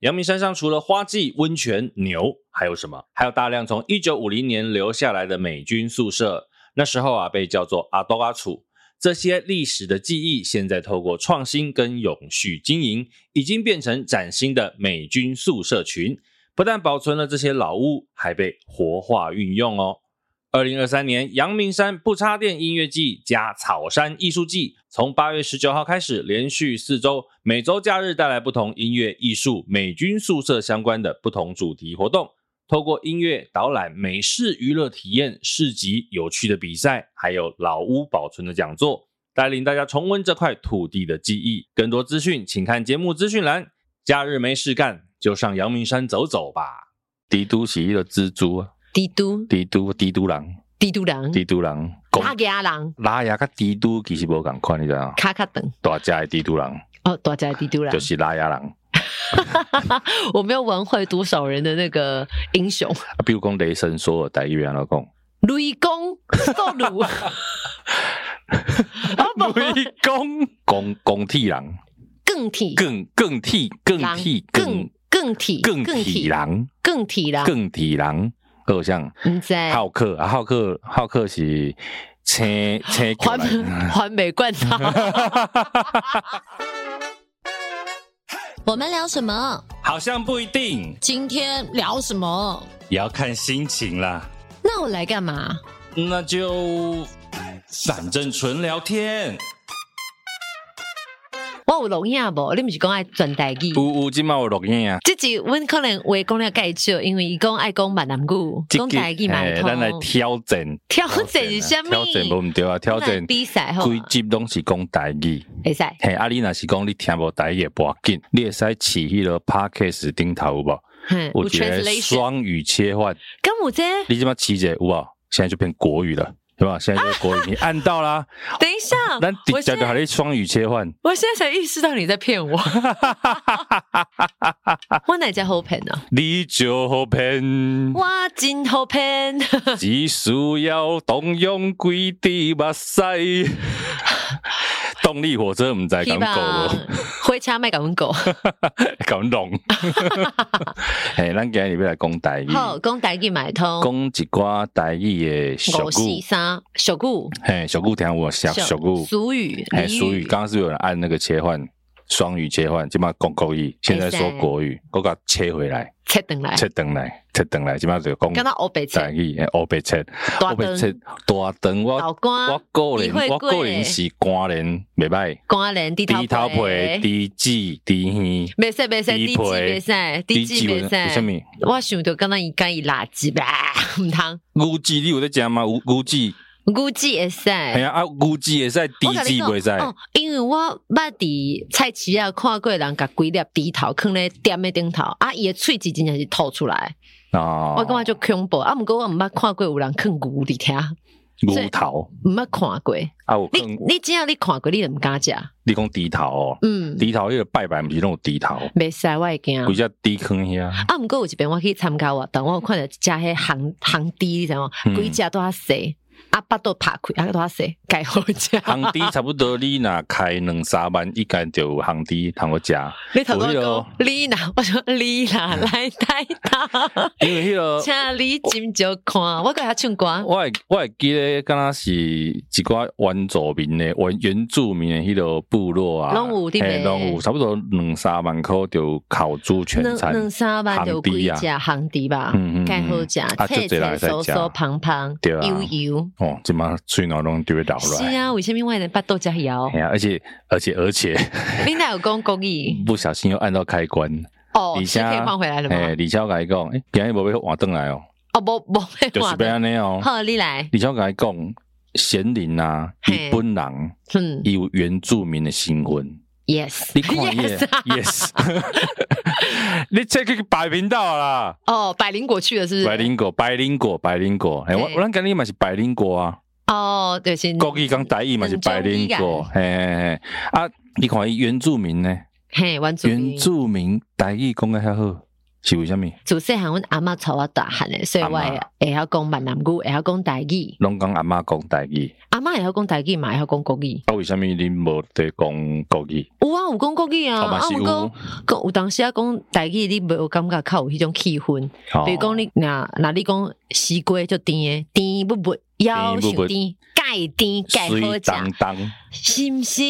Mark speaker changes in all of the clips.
Speaker 1: 阳明山上除了花季、温泉、牛，还有什么？还有大量从一九五零年留下来的美军宿舍，那时候啊被叫做阿多阿楚。这些历史的记忆，现在透过创新跟永续经营，已经变成崭新的美军宿舍群。不但保存了这些老屋，还被活化运用哦。二零二三年阳明山不插电音乐季加草山艺术季，从八月十九号开始，连续四周，每周假日带来不同音乐、艺术、美军宿舍相关的不同主题活动。透过音乐导览、美式娱乐体验、市集、有趣的比赛，还有老屋保存的讲座，带领大家重温这块土地的记忆。更多资讯，请看节目资讯栏。假日没事干，就上阳明山走走吧。帝都起义的蜘蛛啊！
Speaker 2: 帝都
Speaker 1: 帝都帝都人，
Speaker 2: 帝都人，啊
Speaker 1: 帝都人，
Speaker 2: 拉给阿郎，
Speaker 1: 拉牙甲帝都其实无共款，你知影？
Speaker 2: 卡卡等
Speaker 1: 大家的帝都人
Speaker 2: 哦，大家的帝都人
Speaker 1: 就，是拉牙人，啊，
Speaker 2: 我没有玩坏多少人的那个英 雄，
Speaker 1: 比如讲雷神索尔台语安怎讲？
Speaker 2: 哦雷公受 辱，不
Speaker 1: 雷公公公体人，
Speaker 2: 更体
Speaker 1: 更更体更
Speaker 2: 狼
Speaker 1: 体
Speaker 2: 更
Speaker 1: 更
Speaker 2: 更啊体
Speaker 1: 更体人，
Speaker 2: 更体啦，
Speaker 1: 更体人，好像
Speaker 2: 唔知道
Speaker 1: 浩克啊，浩克浩克是青 青狗
Speaker 2: 环
Speaker 1: 来的
Speaker 2: 环美冠道。
Speaker 3: 我们聊什么？
Speaker 1: 好像不一定，
Speaker 3: 今天聊什么？
Speaker 1: 也要看心情啦。
Speaker 3: 那我来干嘛？
Speaker 1: 那就反正纯聊天。
Speaker 2: 我有聋哑无？你毋是讲爱转台语？
Speaker 1: 有有，今嘛有录音啊。
Speaker 2: 这集阮可能话讲了介少，因为伊讲爱讲闽南语，
Speaker 1: 这
Speaker 2: 讲
Speaker 1: 集
Speaker 2: 台语嘛会
Speaker 1: 嘿咱来
Speaker 2: 通。
Speaker 1: 调整，啊
Speaker 2: 调 哦整是啥物？
Speaker 1: 调整无毋对啊，调
Speaker 2: 咱来
Speaker 1: 整。
Speaker 2: 比哦赛吼，
Speaker 1: 规集拢是讲台语，
Speaker 2: 会使。
Speaker 1: 嘿，啊你若是讲你听无台语也无要紧，你会使饲迄个 podcast 顶头有无？
Speaker 2: 嗯
Speaker 1: 有一个双语切换，
Speaker 2: 跟我这，
Speaker 1: 你即马饲者有无？现在就变国语了，对吧？现在就是国语，你按到 啦，
Speaker 2: 等一下，
Speaker 1: 咱
Speaker 2: 哦我
Speaker 1: 直接
Speaker 2: 现
Speaker 1: 就
Speaker 2: 在
Speaker 1: 还你双语切换。
Speaker 2: 我现在才意识到你在 骗我。我哪家好骗啊？
Speaker 1: 你就好骗，
Speaker 2: 我真 好骗，
Speaker 1: 只需要动用几滴目屎。动力火车毋知
Speaker 2: 希
Speaker 1: 讲
Speaker 2: 望
Speaker 1: 够无？
Speaker 2: 回家卖甲 阮狗。
Speaker 1: 讲弄。 嘿，咱今日要来讲台语，
Speaker 2: 好，
Speaker 1: 讲
Speaker 2: 讲台语买通。
Speaker 1: 一寡台语的俗
Speaker 2: 五四
Speaker 1: 语。
Speaker 2: 三，小故，
Speaker 1: 嘿，俗语听我俗俗语，
Speaker 2: 俗语，
Speaker 1: 嘿，
Speaker 2: 俚
Speaker 1: 俗语。刚刚是不是有人按那个切换双语切换，即马讲国语，现在说国语，我甲切回来，
Speaker 2: 切等来，
Speaker 1: 切转来，切转来，即马就
Speaker 2: 哎敢
Speaker 1: 讲
Speaker 2: 若黑白
Speaker 1: 台
Speaker 2: 切，
Speaker 1: 语，嘿黑白切，
Speaker 2: 大
Speaker 1: 黑白
Speaker 2: 灯
Speaker 1: 切，大长
Speaker 2: 老
Speaker 1: 我。我
Speaker 2: 官，
Speaker 1: 个人
Speaker 2: 你，会
Speaker 1: 我
Speaker 2: 过
Speaker 1: 个人是官人，袂歹。
Speaker 2: 官人低
Speaker 1: 低头
Speaker 2: 头
Speaker 1: 皮、
Speaker 2: 皮，
Speaker 1: 低脂、低耳、
Speaker 2: 袂使袂使，低
Speaker 1: 低
Speaker 2: 级
Speaker 1: 配
Speaker 2: 袂使，低级
Speaker 1: 有
Speaker 2: 袂
Speaker 1: 有啥
Speaker 2: 使。
Speaker 1: 物？
Speaker 2: 我想着敢若伊讲伊垃圾吧， 毋通
Speaker 1: 牛脂你有在食吗？牛牛脂
Speaker 2: 估计会使。
Speaker 1: 系啊，啊牛脂会使，低
Speaker 2: 我跟你
Speaker 1: 脂
Speaker 2: 讲
Speaker 1: 袂使。
Speaker 2: 哦，因为我捌伫菜市啊看过人甲几粒猪头囥咧店诶顶头，啊伊诶喙齿真正是吐出来，
Speaker 1: 哦，
Speaker 2: 我感觉就恐怖。啊，毋过我毋捌看过有人囥牛伫遐，
Speaker 1: 牛头
Speaker 2: 毋捌看过。
Speaker 1: 啊，有
Speaker 2: 你
Speaker 1: 讲
Speaker 2: 你只要你看过，你就毋敢食。
Speaker 1: 你讲低头哦，
Speaker 2: 嗯，
Speaker 1: 低头迄个拜拜毋是拢有低头，
Speaker 2: 袂使我会惊。
Speaker 1: 规只低坑遐。
Speaker 2: 啊，毋过有一遍我去参加活动，我有看着一只迄行行猪，你知影
Speaker 1: 嗯
Speaker 2: 无？规只都较细，啊，腹肚拍开，啊，都较细，改好食。
Speaker 1: 行猪差不多你若开两三万，一间就有行猪通好食。
Speaker 2: 你头
Speaker 1: 有
Speaker 2: 先
Speaker 1: 迄个嗯
Speaker 2: 讲你啦，我说你啦，来台 大，
Speaker 1: 因为迄个
Speaker 2: 请你斟酌看，我给他唱歌。
Speaker 1: 呃我会我会记咧，敢若是一寡原住民的原原住民的迄个部落啊，
Speaker 2: 拢有对袂
Speaker 1: 嘿拢有差不多两三万箍就烤猪全
Speaker 2: 两
Speaker 1: 餐，
Speaker 2: 两三万就有
Speaker 1: 烘
Speaker 2: 几只
Speaker 1: 猪
Speaker 2: 行猪吧
Speaker 1: 嗯嗯嗯，
Speaker 2: 盖好食，
Speaker 1: 啊
Speaker 2: 脆
Speaker 1: 这多人
Speaker 2: 脆
Speaker 1: 会使食
Speaker 2: 酥酥胖胖
Speaker 1: 对啊
Speaker 2: 油油。
Speaker 1: 哦，即马喙脑拢就会流
Speaker 2: 是
Speaker 1: 落来。
Speaker 2: 啊，为什么我的巴肚遮枵
Speaker 1: 嘿？啊，而且而且而且
Speaker 2: 你哪有讲公益？
Speaker 1: 不小心又按到开关，
Speaker 2: 哦，
Speaker 1: 底
Speaker 2: 是
Speaker 1: 下
Speaker 2: 可以换回来了
Speaker 1: 哎，
Speaker 2: 吗？
Speaker 1: 李超甲伊讲，哎，今日无要换转来哦，
Speaker 2: 哦，不不，被
Speaker 1: 就是
Speaker 2: 换
Speaker 1: 变
Speaker 2: 的。
Speaker 1: 安尼哦。
Speaker 2: 好，你来，
Speaker 1: 李超甲伊讲，贤人啊，
Speaker 2: 嘿
Speaker 1: 日本人，
Speaker 2: 嗯
Speaker 1: 伊有原住民的新闻。
Speaker 2: ，yes，
Speaker 1: 你看耶
Speaker 2: Yes 啊
Speaker 1: yes，你这个摆频道啦，
Speaker 2: 哦，百灵果去了是不是？
Speaker 1: 百灵果，百灵果，百灵果，哎，我
Speaker 2: 对
Speaker 1: 我咱今日嘛是百灵果啊，
Speaker 2: 哦，对，先
Speaker 1: 国语讲台语嘛是百灵果，嘿嘿嘿，啊，你看伊原住民呢，
Speaker 2: 嘿，原住民
Speaker 1: 原住民台语讲得较好，是为虾米？
Speaker 2: 自细汉阮阿嬷带我大汉诶，所以我
Speaker 1: 阿
Speaker 2: 会
Speaker 1: 嬷
Speaker 2: 会晓讲闽南语，会晓讲台语。
Speaker 1: 拢讲阿嬷讲台语，
Speaker 2: 阿嬷会晓讲台语嘛，会晓讲国语。
Speaker 1: 啊，为虾米恁无得讲国语？
Speaker 2: 有啊，有讲国语啊，
Speaker 1: 哦嘛
Speaker 2: 啊，
Speaker 1: 是有
Speaker 2: 毋过讲有当时啊讲台语，你无感觉较有迄种气氛。
Speaker 1: 哦
Speaker 2: 比如讲你若若你讲西瓜就甜诶，甜不不，夭
Speaker 1: 甜不
Speaker 2: 寿
Speaker 1: 不
Speaker 2: 甜，盖甜盖好
Speaker 1: 水当
Speaker 2: 食，
Speaker 1: 当，
Speaker 2: 是毋是？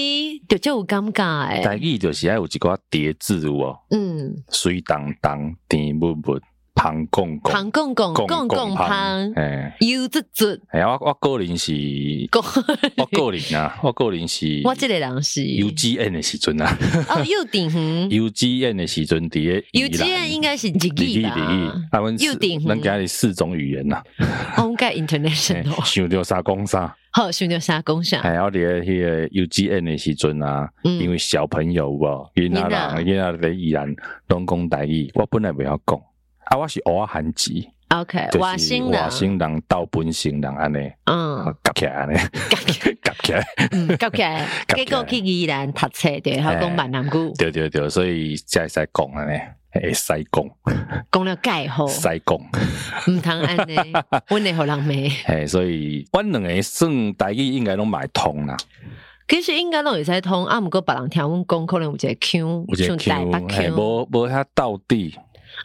Speaker 2: 就真有感觉诶。
Speaker 1: 台语就是爱有一寡叠字有无？
Speaker 2: 嗯，
Speaker 1: 水当当，甜蜜蜜，香公公，
Speaker 2: 香公公，公公香，
Speaker 1: 哎
Speaker 2: 油滋滋，
Speaker 1: 哎，我我个人是，哦
Speaker 2: 公，，
Speaker 1: 我个人啊，我个人是
Speaker 2: 我即个人是
Speaker 1: U G N 的时阵啊
Speaker 2: 哦，幼顶 园，
Speaker 1: ，U G N 的时阵伫咧
Speaker 2: 幼稚园应该是日
Speaker 1: 日
Speaker 2: 语
Speaker 1: 语
Speaker 2: 吧？
Speaker 1: 日语，啊，阮
Speaker 2: 幼
Speaker 1: 四
Speaker 2: 稚园
Speaker 1: 咱家里四种语言呐，
Speaker 2: 哦我应该
Speaker 1: 嘿
Speaker 2: international。
Speaker 1: 想着啥讲啥，
Speaker 2: 好，想着啥讲啥？
Speaker 1: 还要伫咧迄个 U G N 的时阵啊，
Speaker 2: 嗯
Speaker 1: 哎因为小朋友有无，囡仔人囡仔伫宜兰拢讲台语，我本来袂晓讲，啊，我是学韩籍，
Speaker 2: ，OK，
Speaker 1: 就
Speaker 2: 外
Speaker 1: 是
Speaker 2: 省
Speaker 1: 外
Speaker 2: 人，
Speaker 1: 省人到本省人安尼。
Speaker 2: 嗯
Speaker 1: 夹起来安尼， 夹起来，
Speaker 2: 嗯，夹
Speaker 1: 夹，
Speaker 2: 起来
Speaker 1: 起来哎
Speaker 2: 结果去宜兰读册，对，还有讲闽南语，
Speaker 1: 对对对，所以才会使讲安尼，会使讲，
Speaker 2: 讲了盖好，毋
Speaker 1: 使讲，
Speaker 2: 通安 尼，阮会互人骂。
Speaker 1: 嘿，所以阮两个算台语应该拢买通啦，
Speaker 2: 其实应该拢会使通，啊，毋过别人听阮讲，可能有一个腔
Speaker 1: 有，一
Speaker 2: 像
Speaker 1: 个
Speaker 2: 台
Speaker 1: Q，
Speaker 2: 北
Speaker 1: 嘿，
Speaker 2: 腔，
Speaker 1: 无无遐到底，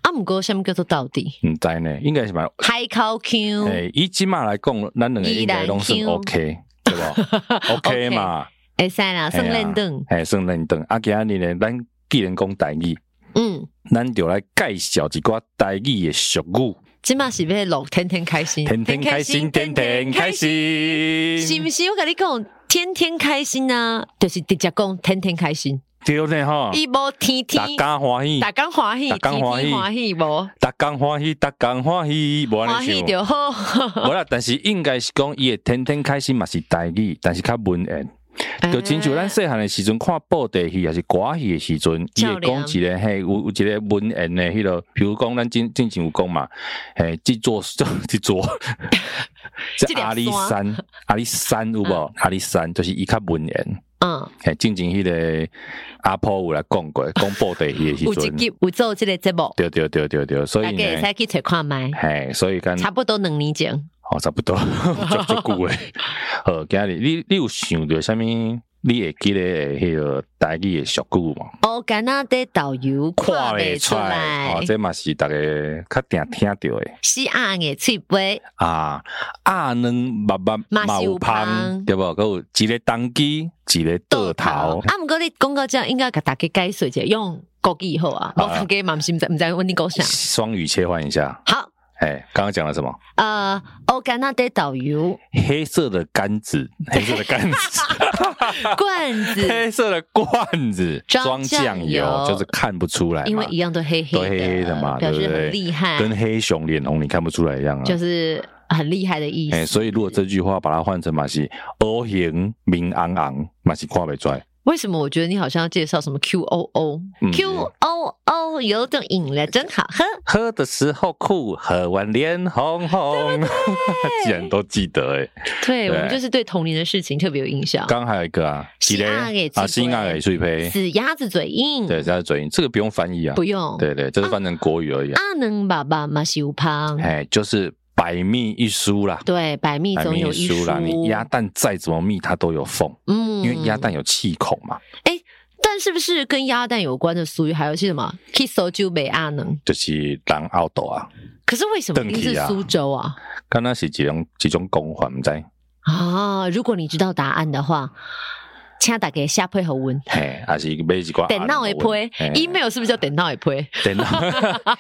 Speaker 2: 啊，毋过什么叫做到底？
Speaker 1: 毋知呢，应该是嘛，
Speaker 2: 海口腔，
Speaker 1: 诶，以即马来讲，咱两个应该拢算
Speaker 2: 嗯宜兰 Q
Speaker 1: OK，对无？OK 嘛，
Speaker 2: 会使
Speaker 1: 哎
Speaker 2: 啦，算认证，
Speaker 1: 嘿，算认同。啊，今日呢，咱既然讲台语，
Speaker 2: 嗯。
Speaker 1: 咱就来介绍一寡台语的俗语。
Speaker 2: 即嘛是要录天天开心，
Speaker 1: 天天开心，天天开，心，
Speaker 2: 是毋是？我甲你讲，天天开心啊，就是直接讲天天开心，
Speaker 1: 对呢吼，
Speaker 2: 伊无天天
Speaker 1: 大，家欢喜，
Speaker 2: 大家欢喜，
Speaker 1: 大家
Speaker 2: 天
Speaker 1: 欢喜
Speaker 2: 天欢喜无，
Speaker 1: 大家欢喜，大家欢喜，无安
Speaker 2: 欢喜
Speaker 1: 尼想。
Speaker 2: 就好。
Speaker 1: 无啦，但是应该是讲伊会天天开心嘛是台语，但是较文言，
Speaker 2: 啊
Speaker 1: 就亲像咱细汉的时阵看布袋戏还是歌戏的时阵，伊
Speaker 2: 较
Speaker 1: 会
Speaker 2: 量
Speaker 1: 讲一个嘿，有有一个文言的迄落，比如讲咱进进前有讲嘛，嘿，这座 这座，
Speaker 2: 这
Speaker 1: 这
Speaker 2: 条
Speaker 1: 阿里
Speaker 2: 山
Speaker 1: 山，阿里山有无？阿里山就是伊较文言。
Speaker 2: 嗯，
Speaker 1: 嘿，进前迄个阿婆有来讲过，讲布袋戏的时
Speaker 2: 有一
Speaker 1: 阵，
Speaker 2: 集有做即个节目，
Speaker 1: 对对对对对，嗯所
Speaker 2: 大
Speaker 1: 以
Speaker 2: 家
Speaker 1: 呢
Speaker 2: 会，使去找看卖，
Speaker 1: 嘿，所以讲，
Speaker 2: 差不多两年前。
Speaker 1: 哦，差不多， 足足久诶。好，今日你你有想着啥物？你会记得迄个台语诶俗语无？
Speaker 2: 哦，敢若在导游看袂出来
Speaker 1: 哦，，这嘛是逐个较定听着诶。
Speaker 2: 是阿嘅喙杯，
Speaker 1: 啊，鸭卵密密
Speaker 2: 嘛是有
Speaker 1: 芳
Speaker 2: 香
Speaker 1: 对无？佮有一个当机，一个倒头。
Speaker 2: 啊，毋过你讲到这，应该甲大家解释一下，用国语好啊，
Speaker 1: 啊
Speaker 2: 无大家嘛毋是毋知毋知阮你 讲啥。
Speaker 1: 双语切换一下。
Speaker 2: 好，
Speaker 1: 哎，刚刚讲了什么？
Speaker 2: 呃，哦，敢若在导游
Speaker 1: 黑色的杆子，黑色的杆子。
Speaker 2: 罐 子，
Speaker 1: 黑色的罐子
Speaker 2: 装
Speaker 1: 装酱油
Speaker 2: 酱，油
Speaker 1: 就是看不出来嘛，
Speaker 2: 因为一样都黑黑
Speaker 1: 都
Speaker 2: 的，呃
Speaker 1: 黑黑的嘛，对
Speaker 2: 表
Speaker 1: 不
Speaker 2: 示
Speaker 1: 对？
Speaker 2: 很厉害，
Speaker 1: 跟黑熊脸红你看不出来一样啊。
Speaker 2: 就是很厉害的意思。
Speaker 1: 哎，所以如果这句话把它换成嘛是鹅形明昂昂，嘛是看不出来。
Speaker 2: 为什么我觉得你好像要介绍什么 QOO？QOO、
Speaker 1: 嗯
Speaker 2: QOO 有种饮料真好喝，
Speaker 1: 喝的时候酷，喝完脸红红。既然都记得哎，对
Speaker 2: 对我们就是对童年的事情特别有印象。
Speaker 1: 刚还有一个啊，
Speaker 2: 西
Speaker 1: 一个
Speaker 2: 亚给
Speaker 1: 啊，
Speaker 2: 翠
Speaker 1: 新
Speaker 2: 培
Speaker 1: 亚给翠培，
Speaker 2: 死鸭子嘴硬，
Speaker 1: 对，这是嘴音，这个不用翻译啊
Speaker 2: 不，用。
Speaker 1: 对对，就是翻成国语而已啊。
Speaker 2: 阿能爸爸嘛是有胖，
Speaker 1: 哎，就是百密一疏啦。
Speaker 2: 对，百密
Speaker 1: 百
Speaker 2: 总
Speaker 1: 密
Speaker 2: 有
Speaker 1: 一疏啦，你鸭蛋再怎么密，它都有缝，
Speaker 2: 嗯
Speaker 1: 因为鸭。蛋有气孔嘛，
Speaker 2: 但是不是跟鸭蛋有关的俗语还有是什么？kiss 就没啊阿能，
Speaker 1: 就是人凹豆啊。
Speaker 2: 可是为什么一定
Speaker 1: 邓
Speaker 2: 是
Speaker 1: 启啊
Speaker 2: 苏州啊？
Speaker 1: 刚刚是几种几种讲法，毋知。
Speaker 2: 啊，如果你知道答案的话，请大家下配和文。
Speaker 1: 嘿，还是买一寡啊
Speaker 2: 电脑会批，email
Speaker 1: 哎
Speaker 2: 是不是叫电脑会 批
Speaker 1: 电 脑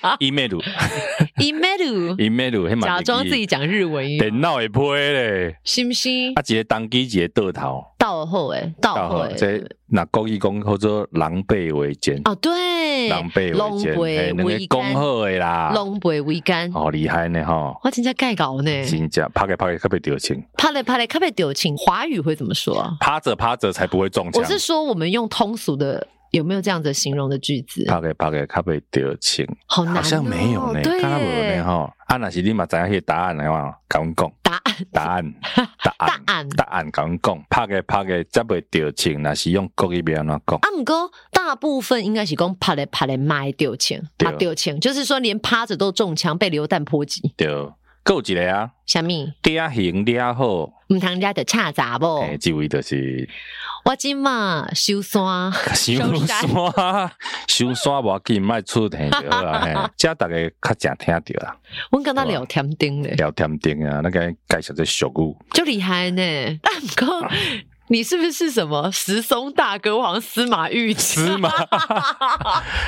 Speaker 1: email，email，email，
Speaker 2: ？email
Speaker 1: 迄嘛
Speaker 2: 假装自己讲日文一样，
Speaker 1: 电脑会批咧，
Speaker 2: 是不是？
Speaker 1: 啊，一个当机，一个倒头，哦
Speaker 2: 倒后诶，倒后诶，
Speaker 1: 这若国语讲叫做狼狈为奸，
Speaker 2: 哦对，
Speaker 1: 狼狈为奸，嘿，
Speaker 2: 龙
Speaker 1: 两个
Speaker 2: 背为
Speaker 1: 讲
Speaker 2: 干，
Speaker 1: 好啊诶啦，
Speaker 2: 龙背为干，
Speaker 1: 哦，厉害呢吼，
Speaker 2: 我真正盖搞呢，
Speaker 1: 真正拍个拍个，较被丢钱，
Speaker 2: 怕嘞怕嘞，特别丢请华语会怎么说啊？
Speaker 1: 趴着趴着才不会中
Speaker 2: 我
Speaker 1: 枪。
Speaker 2: 是说我们用通俗的有没有这样子形容的句子？
Speaker 1: 拍个拍个较袂得清，
Speaker 2: 好难、哦，
Speaker 1: 啊好像没有呢，
Speaker 2: 对
Speaker 1: 敢若无呢
Speaker 2: 耶，
Speaker 1: 吼。啊，若是你嘛知影迄个答案的话，甲阮讲
Speaker 2: 答案
Speaker 1: 答 案答
Speaker 2: 答
Speaker 1: 案
Speaker 2: 案。啊
Speaker 1: 答案，甲阮讲，拍个拍个则袂得清，若是用国语要安怎讲？
Speaker 2: 啊，姆哥，大部分应该是讲拍嘞拍嘞卖丢钱，
Speaker 1: 对
Speaker 2: 拍丢钱，就是说连趴着都中枪，被流弹波及。
Speaker 1: 对，还有一个啊，
Speaker 2: 虾米？
Speaker 1: 嗲行嗲好，
Speaker 2: 唔通家的差杂不？
Speaker 1: 诶，即位 就是
Speaker 2: 我今嘛修山，
Speaker 1: 修
Speaker 2: 山
Speaker 1: 山， 修山无要紧，莫出现就好啊。嘿， 遮逐个较正听着啦，
Speaker 2: 我跟他聊天钉嘞，
Speaker 1: 聊天顶啊，那个介绍这俗 语。
Speaker 2: 就厉害呢。啊，姆哥，你是不是什么石松大哥王司马懿？
Speaker 1: 司 马，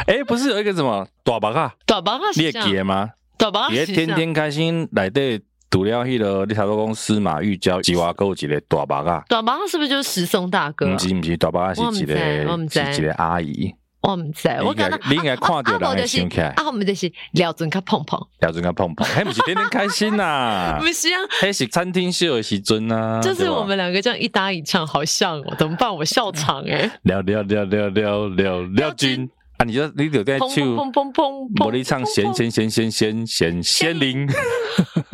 Speaker 1: 哎、不是有一个什么大白啊，
Speaker 2: 短帮他
Speaker 1: 你
Speaker 2: 形
Speaker 1: 会
Speaker 2: 象
Speaker 1: 记，得吗？
Speaker 2: 短帮
Speaker 1: 伊
Speaker 2: 他
Speaker 1: 咧
Speaker 2: 形
Speaker 1: 天
Speaker 2: 象，
Speaker 1: 天开心内底除了迄、个，你头拄讲司马玉娇，吉娃有一个大白啊，
Speaker 2: 短帮他是不是就是石松大哥啊
Speaker 1: 毋？是毋是大白啊，是
Speaker 2: 我不
Speaker 1: 一个
Speaker 2: 知我不知
Speaker 1: 是一个阿姨，
Speaker 2: 我唔知，
Speaker 1: 你
Speaker 2: 我
Speaker 1: 应该
Speaker 2: 感觉
Speaker 1: 你应该看到
Speaker 2: 啊
Speaker 1: 人
Speaker 2: 啊
Speaker 1: 会
Speaker 2: 就是
Speaker 1: 想起来，
Speaker 2: 啊，我们就是聊准较碰碰，
Speaker 1: 调准甲碰碰，迄毋是天天开心 呐
Speaker 2: 不，是啊。
Speaker 1: 迄是餐厅秀的时阵啊，
Speaker 2: 就是
Speaker 1: 对吧
Speaker 2: 我们两个这样一搭一唱，好像哦，怎么办？我笑场哎、 欸，
Speaker 1: 聊聊聊聊聊聊聊君啊，你就你就在
Speaker 2: 砰
Speaker 1: 唱，
Speaker 2: 砰砰砰砰砰，
Speaker 1: 无你唱
Speaker 2: 砰
Speaker 1: 弦
Speaker 2: 砰
Speaker 1: 弦弦弦弦弦
Speaker 2: 仙
Speaker 1: 仙灵。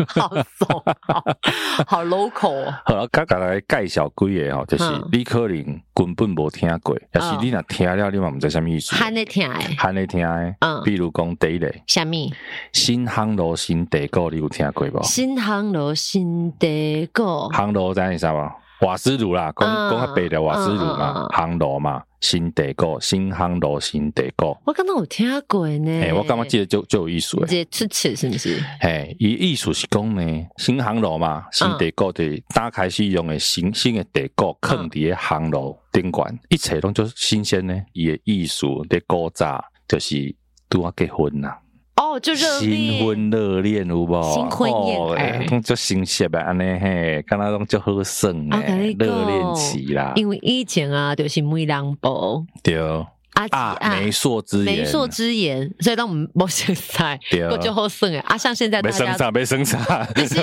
Speaker 2: 好怂，好 好 local 哦。
Speaker 1: 好，甲甲来介绍几个吼，就是
Speaker 2: 嗯
Speaker 1: 你可能根本无听过，但是
Speaker 2: 嗯
Speaker 1: 你若听了，你嘛毋知啥物意思。
Speaker 2: 喊你听诶，
Speaker 1: 喊你听诶，
Speaker 2: 嗯
Speaker 1: 比如讲第一个
Speaker 2: 虾米？
Speaker 1: 新航路新地沟，你有听过无？
Speaker 2: 新航路新地沟，
Speaker 1: 航路知影是啥无？瓦斯炉啦，讲
Speaker 2: 嗯
Speaker 1: 讲较白的瓦斯炉
Speaker 2: 嗯嗯
Speaker 1: 嘛
Speaker 2: 嗯，
Speaker 1: 航路嘛，新地沟，新航路新地沟。
Speaker 2: 我刚刚有听过呢。
Speaker 1: 诶，哎我感觉这个就就有意思诶。
Speaker 2: 这出词是不是？
Speaker 1: 嘿，伊意思是讲呢，新航路嘛，新地沟就是打开始用的新新的地沟，放伫个航路顶悬，一切拢就新鲜呢。伊的意思伫古早就是拄啊结婚啦，
Speaker 2: 哦，就热
Speaker 1: 新
Speaker 2: 烈
Speaker 1: 婚热恋有无？
Speaker 2: 新婚燕
Speaker 1: 哦
Speaker 2: 尔
Speaker 1: 哎拢足新鲜的安尼嘿，敢若拢足好耍
Speaker 2: 我跟
Speaker 1: 诶
Speaker 2: 你，讲
Speaker 1: 热恋期啦，
Speaker 2: 因为以前啊，就是梅兰博
Speaker 1: 对
Speaker 2: 阿吉
Speaker 1: 啊，媒妁之言，
Speaker 2: 媒妁之言，所以让我们没熟悉，
Speaker 1: 对，
Speaker 2: 我就好算诶。啊，像现在大
Speaker 1: 没生
Speaker 2: 家
Speaker 1: 产，没生产，
Speaker 2: 就是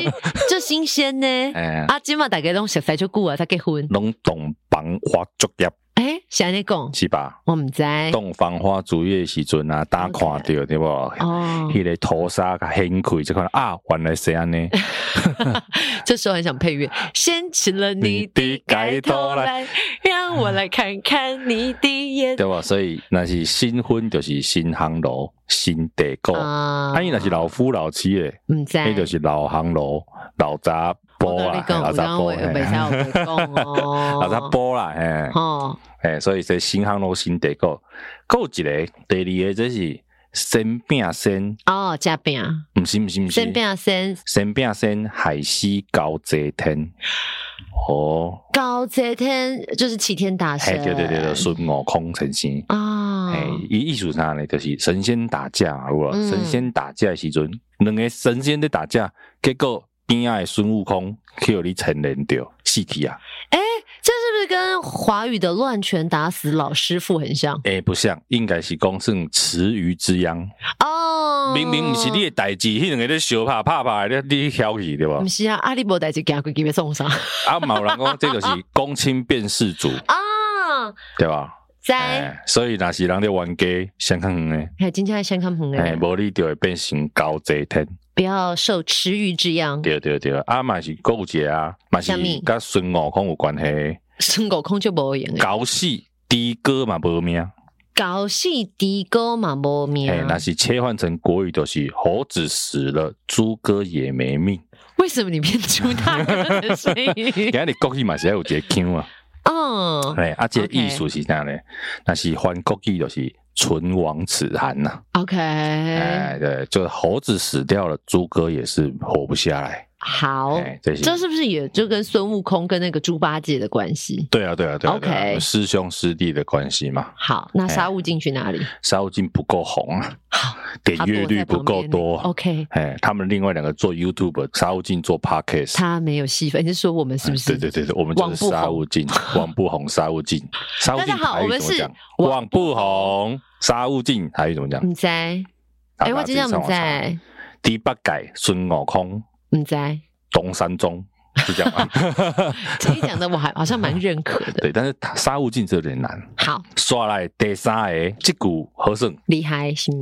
Speaker 2: 就新鲜呢。
Speaker 1: 哎，
Speaker 2: 啊，今嘛大家拢熟悉就久啊，才结婚。
Speaker 1: 拢洞房花烛夜
Speaker 2: 诶，是安尼讲，
Speaker 1: 是吧？
Speaker 2: 我毋知
Speaker 1: 洞房花烛夜的时阵啊，大家看到对无？迄、
Speaker 2: 哦，
Speaker 1: 个土沙甲掀开，即款啊，原来是 安尼。
Speaker 2: 这时候很想配乐。掀起了你的盖头来，让我来看看你的眼
Speaker 1: 对无？所以若是新婚就是新行路、新地沟，啊
Speaker 2: 啊
Speaker 1: 伊若是老夫老妻诶，
Speaker 2: 毋知，
Speaker 1: 迄就是老行路、老杂
Speaker 2: 我
Speaker 1: 波
Speaker 2: 跟你
Speaker 1: 啦，哎
Speaker 2: 讲，
Speaker 1: 老
Speaker 2: 我
Speaker 1: 杂
Speaker 2: 刚
Speaker 1: 波，
Speaker 2: 我袂使我袂讲哦，
Speaker 1: 老杂波啦，嘿，
Speaker 2: 哦，
Speaker 1: 嘿，所以说新行路、新地沟，还有一个第二个这是生饼仙，
Speaker 2: 哦，加饼，
Speaker 1: 毋是毋是毋是，
Speaker 2: 先饼先
Speaker 1: 生饼仙海西高遮天，哦。
Speaker 2: 高遮天就是齐天大
Speaker 1: 嘿，
Speaker 2: 圣，
Speaker 1: 对对对对，孙悟空神仙。
Speaker 2: 啊，
Speaker 1: 哎，伊意思啥呢？就是神仙打架，有无？
Speaker 2: 嗯
Speaker 1: 神仙打架的时阵，两个神仙在打架，结果边仔的孙悟空去互你牵连着，死去啊！
Speaker 2: 哎这是不是跟华语的乱拳打死老师傅很像？
Speaker 1: 哎，不像，应该是讲算池鱼之殃。
Speaker 2: 哦，
Speaker 1: 明明毋是你的代志，迄两个在相拍拍拍，你你挑起对吧
Speaker 2: 不？是啊，阿里伯代志行过去要 送上
Speaker 1: 啊，嘛有人讲这 就是公亲变世主，
Speaker 2: 啊，
Speaker 1: 对吧？
Speaker 2: 在
Speaker 1: 哎，所以若是人咧冤家，相看远的，
Speaker 2: 哎，今天先看朋友，
Speaker 1: 哎，无你就会变成高贼天。
Speaker 2: 不要受池鱼之殃。
Speaker 1: 对对对，啊嘛是还有一个啊，嘛是
Speaker 2: 什么嗯
Speaker 1: 甲孙悟空有关系，
Speaker 2: 孙悟空就无用诶，
Speaker 1: 搞死的哥嘛无名，
Speaker 2: 搞戏的哥嘛无命啊
Speaker 1: 哎、，那是切换成国语就是猴子死了，猪哥也没命。
Speaker 2: 为什么你变猪大哥的 声音？
Speaker 1: 今日国语嘛是要有一个腔 啊，
Speaker 2: 嗯，
Speaker 1: 哎、啊这个
Speaker 2: OK
Speaker 1: 意思是啥呢？那是翻国语就是唇亡齿寒呐、
Speaker 2: OK，
Speaker 1: 哎、对，就是猴子死掉了，猪哥也是活不下来。
Speaker 2: 好，
Speaker 1: 哎这是
Speaker 2: 哦这是不是也就跟孙悟空跟那个猪八戒的关系？
Speaker 1: 对啊，对啊，对啊，对啊
Speaker 2: OK
Speaker 1: 师兄师弟的关系嘛。
Speaker 2: 好，那
Speaker 1: 哎
Speaker 2: 沙悟净去哪里？
Speaker 1: 沙悟净不够红啊，点
Speaker 2: 他躲
Speaker 1: 阅率
Speaker 2: 在
Speaker 1: 不
Speaker 2: 旁
Speaker 1: 够
Speaker 2: 边
Speaker 1: 多。
Speaker 2: OK，
Speaker 1: 哎，他们另外两个做 YouTube，沙悟净做 Podcast，哎
Speaker 2: 他没有戏份，你是说我们是不是？
Speaker 1: 对对对对，我们就
Speaker 2: 网
Speaker 1: 是
Speaker 2: 不
Speaker 1: 沙
Speaker 2: 红
Speaker 1: 悟 净，网不红，沙悟净，沙悟
Speaker 2: 大
Speaker 1: 净
Speaker 2: 家好
Speaker 1: 台
Speaker 2: 我
Speaker 1: 语
Speaker 2: 们
Speaker 1: 怎么
Speaker 2: 是
Speaker 1: 讲？
Speaker 2: 网
Speaker 1: 网不
Speaker 2: 不红
Speaker 1: 红，沙悟净台语怎么讲？
Speaker 2: 唔知，哎、
Speaker 1: 大家
Speaker 2: 我真
Speaker 1: 自己
Speaker 2: 正
Speaker 1: 上
Speaker 2: 唔
Speaker 1: 网查
Speaker 2: 知，
Speaker 1: 第八届孙悟空，
Speaker 2: 唔知，
Speaker 1: 东山中，是这样 吗？
Speaker 2: 这一讲的我还好像蛮认可 的。
Speaker 1: 对，但是杀无尽是有点难。
Speaker 2: 好，
Speaker 1: 刷来第三个，即句好算
Speaker 2: 厉害心。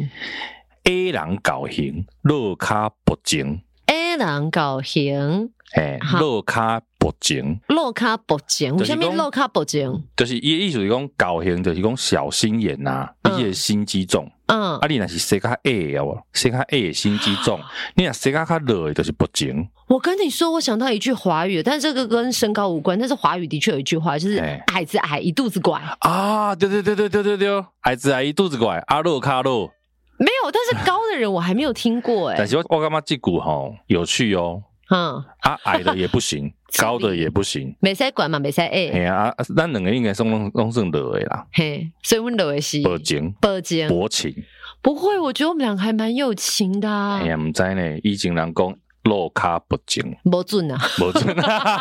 Speaker 1: A 人搞型，落卡薄情，
Speaker 2: A 人搞型，
Speaker 1: 嘿，
Speaker 2: 好
Speaker 1: 落卡薄情，
Speaker 2: 落卡薄情，
Speaker 1: 就
Speaker 2: 为
Speaker 1: 是
Speaker 2: 什
Speaker 1: 讲
Speaker 2: 么落卡薄情？
Speaker 1: 就是伊意思是讲搞型，就是讲小心眼呐、啊，
Speaker 2: 嗯
Speaker 1: 伊、的心机重。
Speaker 2: 嗯
Speaker 1: 啊，，你若是世较矮的哦，世较矮的心机重，你若世较较弱的，就是薄情。
Speaker 2: 我跟你说，我想到一句华语，但这个跟身高无关。但是华语的确有一句话，就是
Speaker 1: 哎
Speaker 2: “矮子矮，一肚子拐
Speaker 1: 啊，对对对对对对哦对，矮子矮伊肚子拐，阿肉卡肉。”。
Speaker 2: 没有，但是高的人我还没有听过哎、
Speaker 1: 但是我我感觉这股吼有趣哦，
Speaker 2: 嗯，
Speaker 1: 啊矮的也不 行，高的也不行，
Speaker 2: 没塞管嘛，没塞
Speaker 1: 哎
Speaker 2: 矮，
Speaker 1: 呀，啊啊咱两个应该算拢拢算弱的啦，
Speaker 2: 嘿，所以问的是
Speaker 1: 薄情
Speaker 2: 薄情，
Speaker 1: 薄情，
Speaker 2: 不会，我觉得我们两个还蛮有情的、啊
Speaker 1: 哎，呀，毋知呢，以前人讲肉卡薄情，
Speaker 2: 没准啊，
Speaker 1: 无准，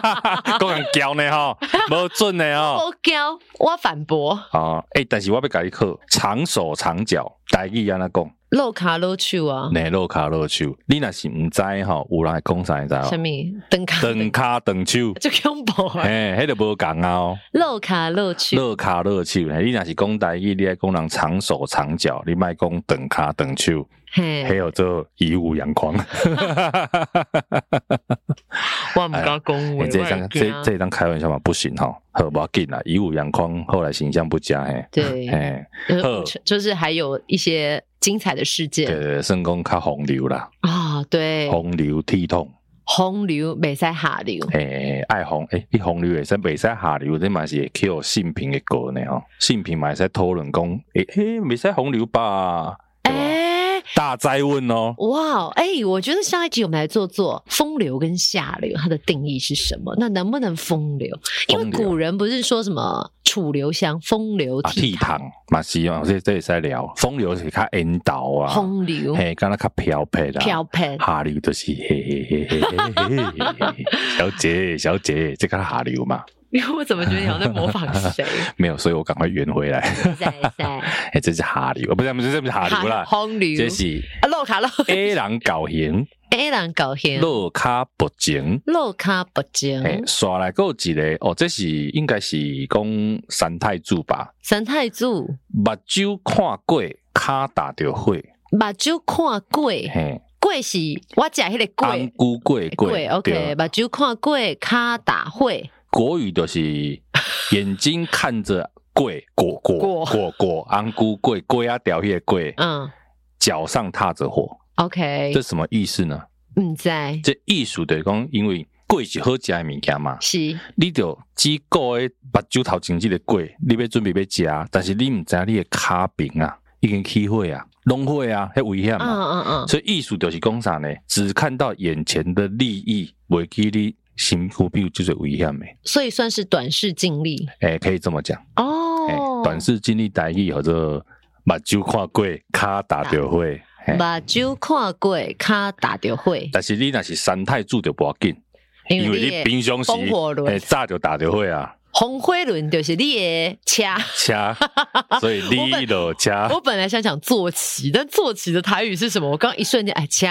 Speaker 1: 讲人骄呢吼，无准呢吼。
Speaker 2: 我高，我反驳，
Speaker 1: 啊，哎、但是我要甲你考长手长脚，台语安怎讲？
Speaker 2: 露卡露去啊，
Speaker 1: 内落卡落手，你若是毋知吼，有人会讲啥你知无？
Speaker 2: 什么灯卡
Speaker 1: 长骹长手，
Speaker 2: 就恐怖啊，
Speaker 1: 嘿，迄就无共啊哦。
Speaker 2: 露卡露去，
Speaker 1: 落骹落手，嘿你若是讲台语，你爱讲人长手长脚，你莫讲长骹长手，还
Speaker 2: 嘿，
Speaker 1: 有这以武扬 狂。
Speaker 2: 我唔敢讲
Speaker 1: 欸、
Speaker 2: 话，
Speaker 1: 这
Speaker 2: 我
Speaker 1: 张
Speaker 2: 会
Speaker 1: 这
Speaker 2: 怕
Speaker 1: 这张开玩笑嘛，不行吼，好不要紧啦，以武扬狂，后来形象不佳嘿。
Speaker 2: 对，
Speaker 1: 哎，
Speaker 2: 呃
Speaker 1: 呵
Speaker 2: 就是还有一些精彩的事
Speaker 1: 对
Speaker 2: 件
Speaker 1: 对对，算讲较洪流啦，
Speaker 2: 啊、对，
Speaker 1: 洪流涕痛，
Speaker 2: 洪流袂使下流，
Speaker 1: 诶、爱红诶，你红流会使袂使下流，你嘛是会去互性平的过呢吼，性平嘛会使讨论讲，诶、诶，袂使红流吧，对吧？
Speaker 2: 哎、
Speaker 1: 大灾问哦，
Speaker 2: 哇，哎、我觉得下一集我们来做做风流跟下流，它的定义是什么？那能不能风流？因为
Speaker 1: 风流
Speaker 2: 古人不是说什么楚留香，风流
Speaker 1: 啊，
Speaker 2: 倜
Speaker 1: 剃
Speaker 2: 傥，
Speaker 1: 糖嘛是哦，这这会使聊，风流是较引导啊，
Speaker 2: 风流
Speaker 1: 嘿，啊敢若较飘撇啦，
Speaker 2: 飘飘。
Speaker 1: 下流就是嘿嘿嘿嘿嘿嘿嘿嘿，小姐小姐，这个下流嘛，
Speaker 2: 因为我怎么觉得你好像在模仿谁？
Speaker 1: 没有，所以我赶快圆回来，
Speaker 2: 在 在
Speaker 1: 哎、这是下流，不是不是啊这不是下流啦，
Speaker 2: 风流
Speaker 1: 这是
Speaker 2: 啊，漏卡漏
Speaker 1: A 人搞型，
Speaker 2: A 人搞型，
Speaker 1: 落卡不情。
Speaker 2: 漏卡不精，
Speaker 1: 哎，刷来还有一个哦，这是应该是讲三太子吧？
Speaker 2: 三太子
Speaker 1: 目睭看过，骹打着火，
Speaker 2: 目睭看过，
Speaker 1: 嘿，
Speaker 2: 过是我食迄个
Speaker 1: 安
Speaker 2: 过
Speaker 1: 姑过过
Speaker 2: 过，OK，
Speaker 1: 对啊
Speaker 2: 目睭看过，骹打会
Speaker 1: 国语就是眼睛看着贵果果
Speaker 2: 过
Speaker 1: 果果安菇贵贵啊屌叶贵，
Speaker 2: 嗯
Speaker 1: 脚上踏着火，
Speaker 2: ，OK，嗯
Speaker 1: 这什么意思呢？
Speaker 2: 毋知
Speaker 1: 这艺术就是讲，因为贵是好食的物件嘛，
Speaker 2: 是
Speaker 1: 你就只顾的目睭头前即个贵，你要准备要食，但是你毋知你的骹柄啊已经起火啊，拢火啊，迄危险
Speaker 2: 嗯
Speaker 1: 嘛。
Speaker 2: 嗯嗯，
Speaker 1: 所以艺术就是讲啥呢？只看到眼前的利益，袂记你身躯边有即个危险的。
Speaker 2: 所以算是短视近利
Speaker 1: 诶、可以这么讲。哎、
Speaker 2: 哦。
Speaker 1: 短视近利台语或者目睭看过，骹打着火。嘿
Speaker 2: 目睭看过，骹打着会，
Speaker 1: 但是你若是三太子就无要紧，因为你
Speaker 2: 的
Speaker 1: 平常时
Speaker 2: 风火轮
Speaker 1: 哎早就打着火啊，
Speaker 2: 红灰轮就是你的车。
Speaker 1: 车，所以你就车
Speaker 2: 我本来想讲坐骑，但坐骑的台语是什么？我刚刚一瞬间哎，车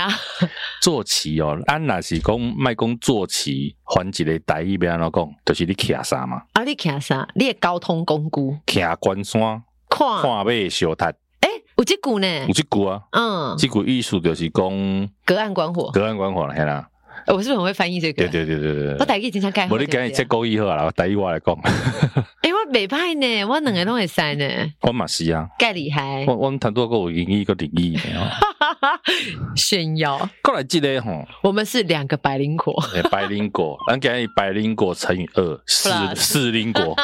Speaker 1: 坐骑哦。咱若是讲卖讲坐骑，翻一个台语要安怎讲？就是你骑啥嘛？
Speaker 2: 啊，你骑啥？你的交通工具
Speaker 1: 骑关山，
Speaker 2: 看
Speaker 1: 看马相踢，
Speaker 2: 哎，有这股呢，
Speaker 1: 有即句啊。
Speaker 2: 嗯，
Speaker 1: 即句意思就是讲
Speaker 2: 隔岸观火，
Speaker 1: 隔岸观火啦，嘿啦，
Speaker 2: 呃我是不是很会翻译这个？
Speaker 1: 对对对对对对。
Speaker 2: 我台语真正盖好。
Speaker 1: 无你今日切高以后啦，台语我来讲，
Speaker 2: 哎，我袂歹呢，我两个拢会使呢，
Speaker 1: 我嘛是啊。
Speaker 2: 盖厉害，
Speaker 1: 我我们谈多个有英语个俚语的吼，
Speaker 2: 炫耀。
Speaker 1: 过来即个吼，
Speaker 2: 我们是两个百 灵果，
Speaker 1: 诶百灵果，咱今日百灵果乘以二，四
Speaker 2: Plus
Speaker 1: 四灵 果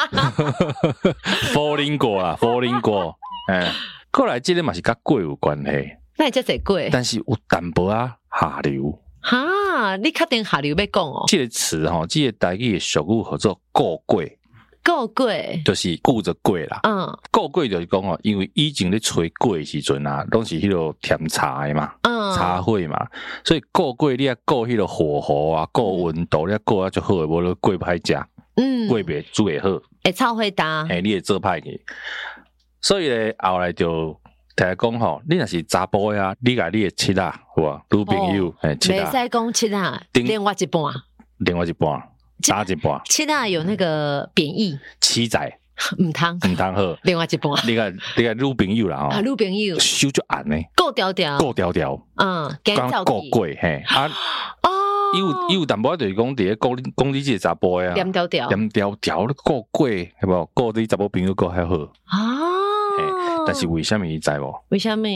Speaker 1: ，four 灵果啦，four 灵果，诶，过来即个嘛是甲贵有关系，
Speaker 2: 那你叫谁贵？
Speaker 1: 但是有淡薄啊下流，
Speaker 2: 哈，你确定下流要讲哦？
Speaker 1: 即个词吼，即个台语的俗语叫做顾贵，
Speaker 2: 够贵，
Speaker 1: 就是顾着贵啦，
Speaker 2: 嗯
Speaker 1: 顾贵就是讲吼，因为以前咧吹贵时阵啊，拢是迄落添茶的嘛。
Speaker 2: 嗯，
Speaker 1: 茶会嘛，所以顾过你啊顾迄个火候啊，顾温度你啊顾啊就好的，无你过歹食，
Speaker 2: 嗯
Speaker 1: 过袂煮会好，
Speaker 2: 会超会答，
Speaker 1: 嘿、你会做歹去。所以咧后来就听讲吼，你若是查甫的啊，你甲你的妻啊，有无女朋友，嘿、妻
Speaker 2: 哦袂
Speaker 1: 啊，
Speaker 2: 使讲七啊，
Speaker 1: 顶
Speaker 2: 另外一半，
Speaker 1: 另外一半，打一半，
Speaker 2: 现在有那个贬义，
Speaker 1: 七仔
Speaker 2: 唔通
Speaker 1: 唔通好
Speaker 2: ，另外一半
Speaker 1: 你个你个女朋友啦
Speaker 2: 啊，
Speaker 1: 吼，
Speaker 2: 女朋友啊
Speaker 1: 手就硬呢，
Speaker 2: 够调调，
Speaker 1: 够条条，
Speaker 2: 嗯，赶
Speaker 1: 讲
Speaker 2: 走
Speaker 1: 够
Speaker 2: 去
Speaker 1: 贵嘿， 啊，
Speaker 2: 哦，
Speaker 1: 伊有伊有淡薄仔就是讲伫咧讲你讲你即个查甫的啊，
Speaker 2: 点调调
Speaker 1: 点条条你够贵，系无？够你查某朋友够还
Speaker 2: 哦
Speaker 1: 好，
Speaker 2: 啊，
Speaker 1: 哎但是为什么伊知无？
Speaker 2: 为什么？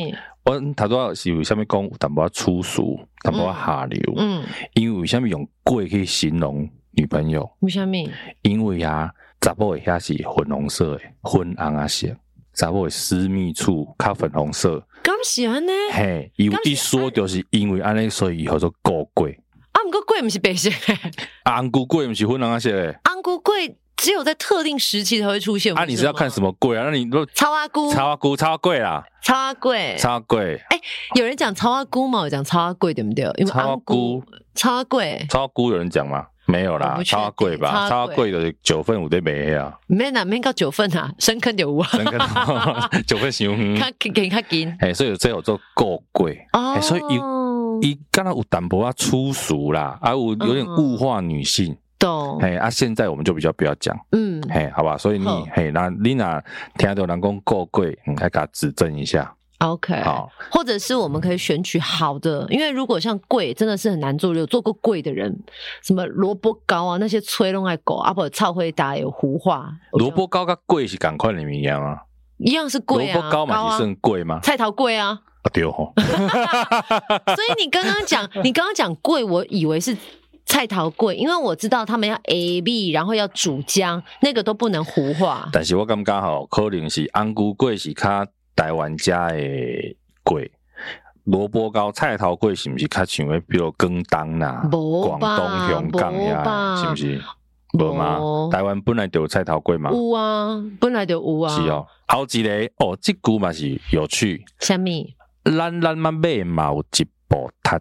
Speaker 1: 我头拄仔是为什么讲有淡薄仔粗俗，淡薄仔下流？
Speaker 2: 嗯，
Speaker 1: 因为为什么用贵去形容女朋友？
Speaker 2: 为什么？
Speaker 1: 因为啊，查某的遐是粉红色的，粉红啊色，查某的私密处较粉红色，
Speaker 2: 咁是安尼，
Speaker 1: 嘿，伊有一说就是因为安尼，所以伊叫做高贵。
Speaker 2: 啊，毋过贵毋是白色的，
Speaker 1: 啊，红菇贵毋是粉红啊色的，
Speaker 2: 安菇贵只有在特定时期才会出现。
Speaker 1: 啊，你是要看什
Speaker 2: 么？
Speaker 1: 么贵啊？那你都
Speaker 2: 超阿 菇，
Speaker 1: 超菇啊超贵啦，
Speaker 2: 超阿贵，
Speaker 1: 超贵，
Speaker 2: 哎有人讲超阿菇嘛，我讲超阿贵对不对？因为
Speaker 1: 超阿
Speaker 2: 安菇
Speaker 1: 菇，
Speaker 2: 超阿贵，
Speaker 1: 超菇有人讲吗？没有
Speaker 2: 我
Speaker 1: 啦
Speaker 2: 不，确定
Speaker 1: 超贵吧？
Speaker 2: 超
Speaker 1: 超
Speaker 2: 贵
Speaker 1: 贵就是九份五对没 啊，
Speaker 2: 免啦免到九份啊，深坑就有啊，
Speaker 1: 真个 九份形容。
Speaker 2: 较紧较紧
Speaker 1: 哎，所以这有做够贵，
Speaker 2: 哦
Speaker 1: 嘿，哎所以
Speaker 2: 有
Speaker 1: 伊敢若有淡薄仔粗俗啦，啊，有有
Speaker 2: 嗯
Speaker 1: 点物化女性。
Speaker 2: 懂，
Speaker 1: 嘿，啊，现在我们就比较不要讲，
Speaker 2: 嗯，
Speaker 1: 嘿，好吧？所以你
Speaker 2: 好
Speaker 1: 嘿，那你那听到人讲够贵，你还给他指正一下，
Speaker 2: OK，
Speaker 1: 好，
Speaker 2: 或者是我们可以选取好的，因为如果像贵真的是很难做，有做过贵的人，什么萝卜糕啊那些吹弄爱狗啊，不超会打有胡话，
Speaker 1: 萝卜糕跟贵是赶快的名言啊，
Speaker 2: 一样是
Speaker 1: 萝
Speaker 2: 贵啊，
Speaker 1: 卜糕嘛是
Speaker 2: 啊，
Speaker 1: 算贵 吗？
Speaker 2: 菜头贵啊。
Speaker 1: 啊对吼，
Speaker 2: 所以你刚刚讲，你刚刚讲贵，我以为是。菜头贵，因为我知道他们要 A B，然后要煮姜，那个都不能胡话。
Speaker 1: 但是我感觉吼，可能是安菇贵是较台湾家的贵。萝卜糕、菜头粿是毋是较像诶，比如广东啦、
Speaker 2: 无
Speaker 1: 广
Speaker 2: 吧
Speaker 1: 东、香港
Speaker 2: 无
Speaker 1: 呀，
Speaker 2: 吧
Speaker 1: 是毋是？无嘛
Speaker 2: 无，
Speaker 1: 台湾本来就有菜头粿嘛，
Speaker 2: 有哦啊，本来就有啊。
Speaker 1: 是哦。好一个哦，即句嘛是有趣，
Speaker 2: 虾米？
Speaker 1: 咱咱嘛买嘛有一步踢。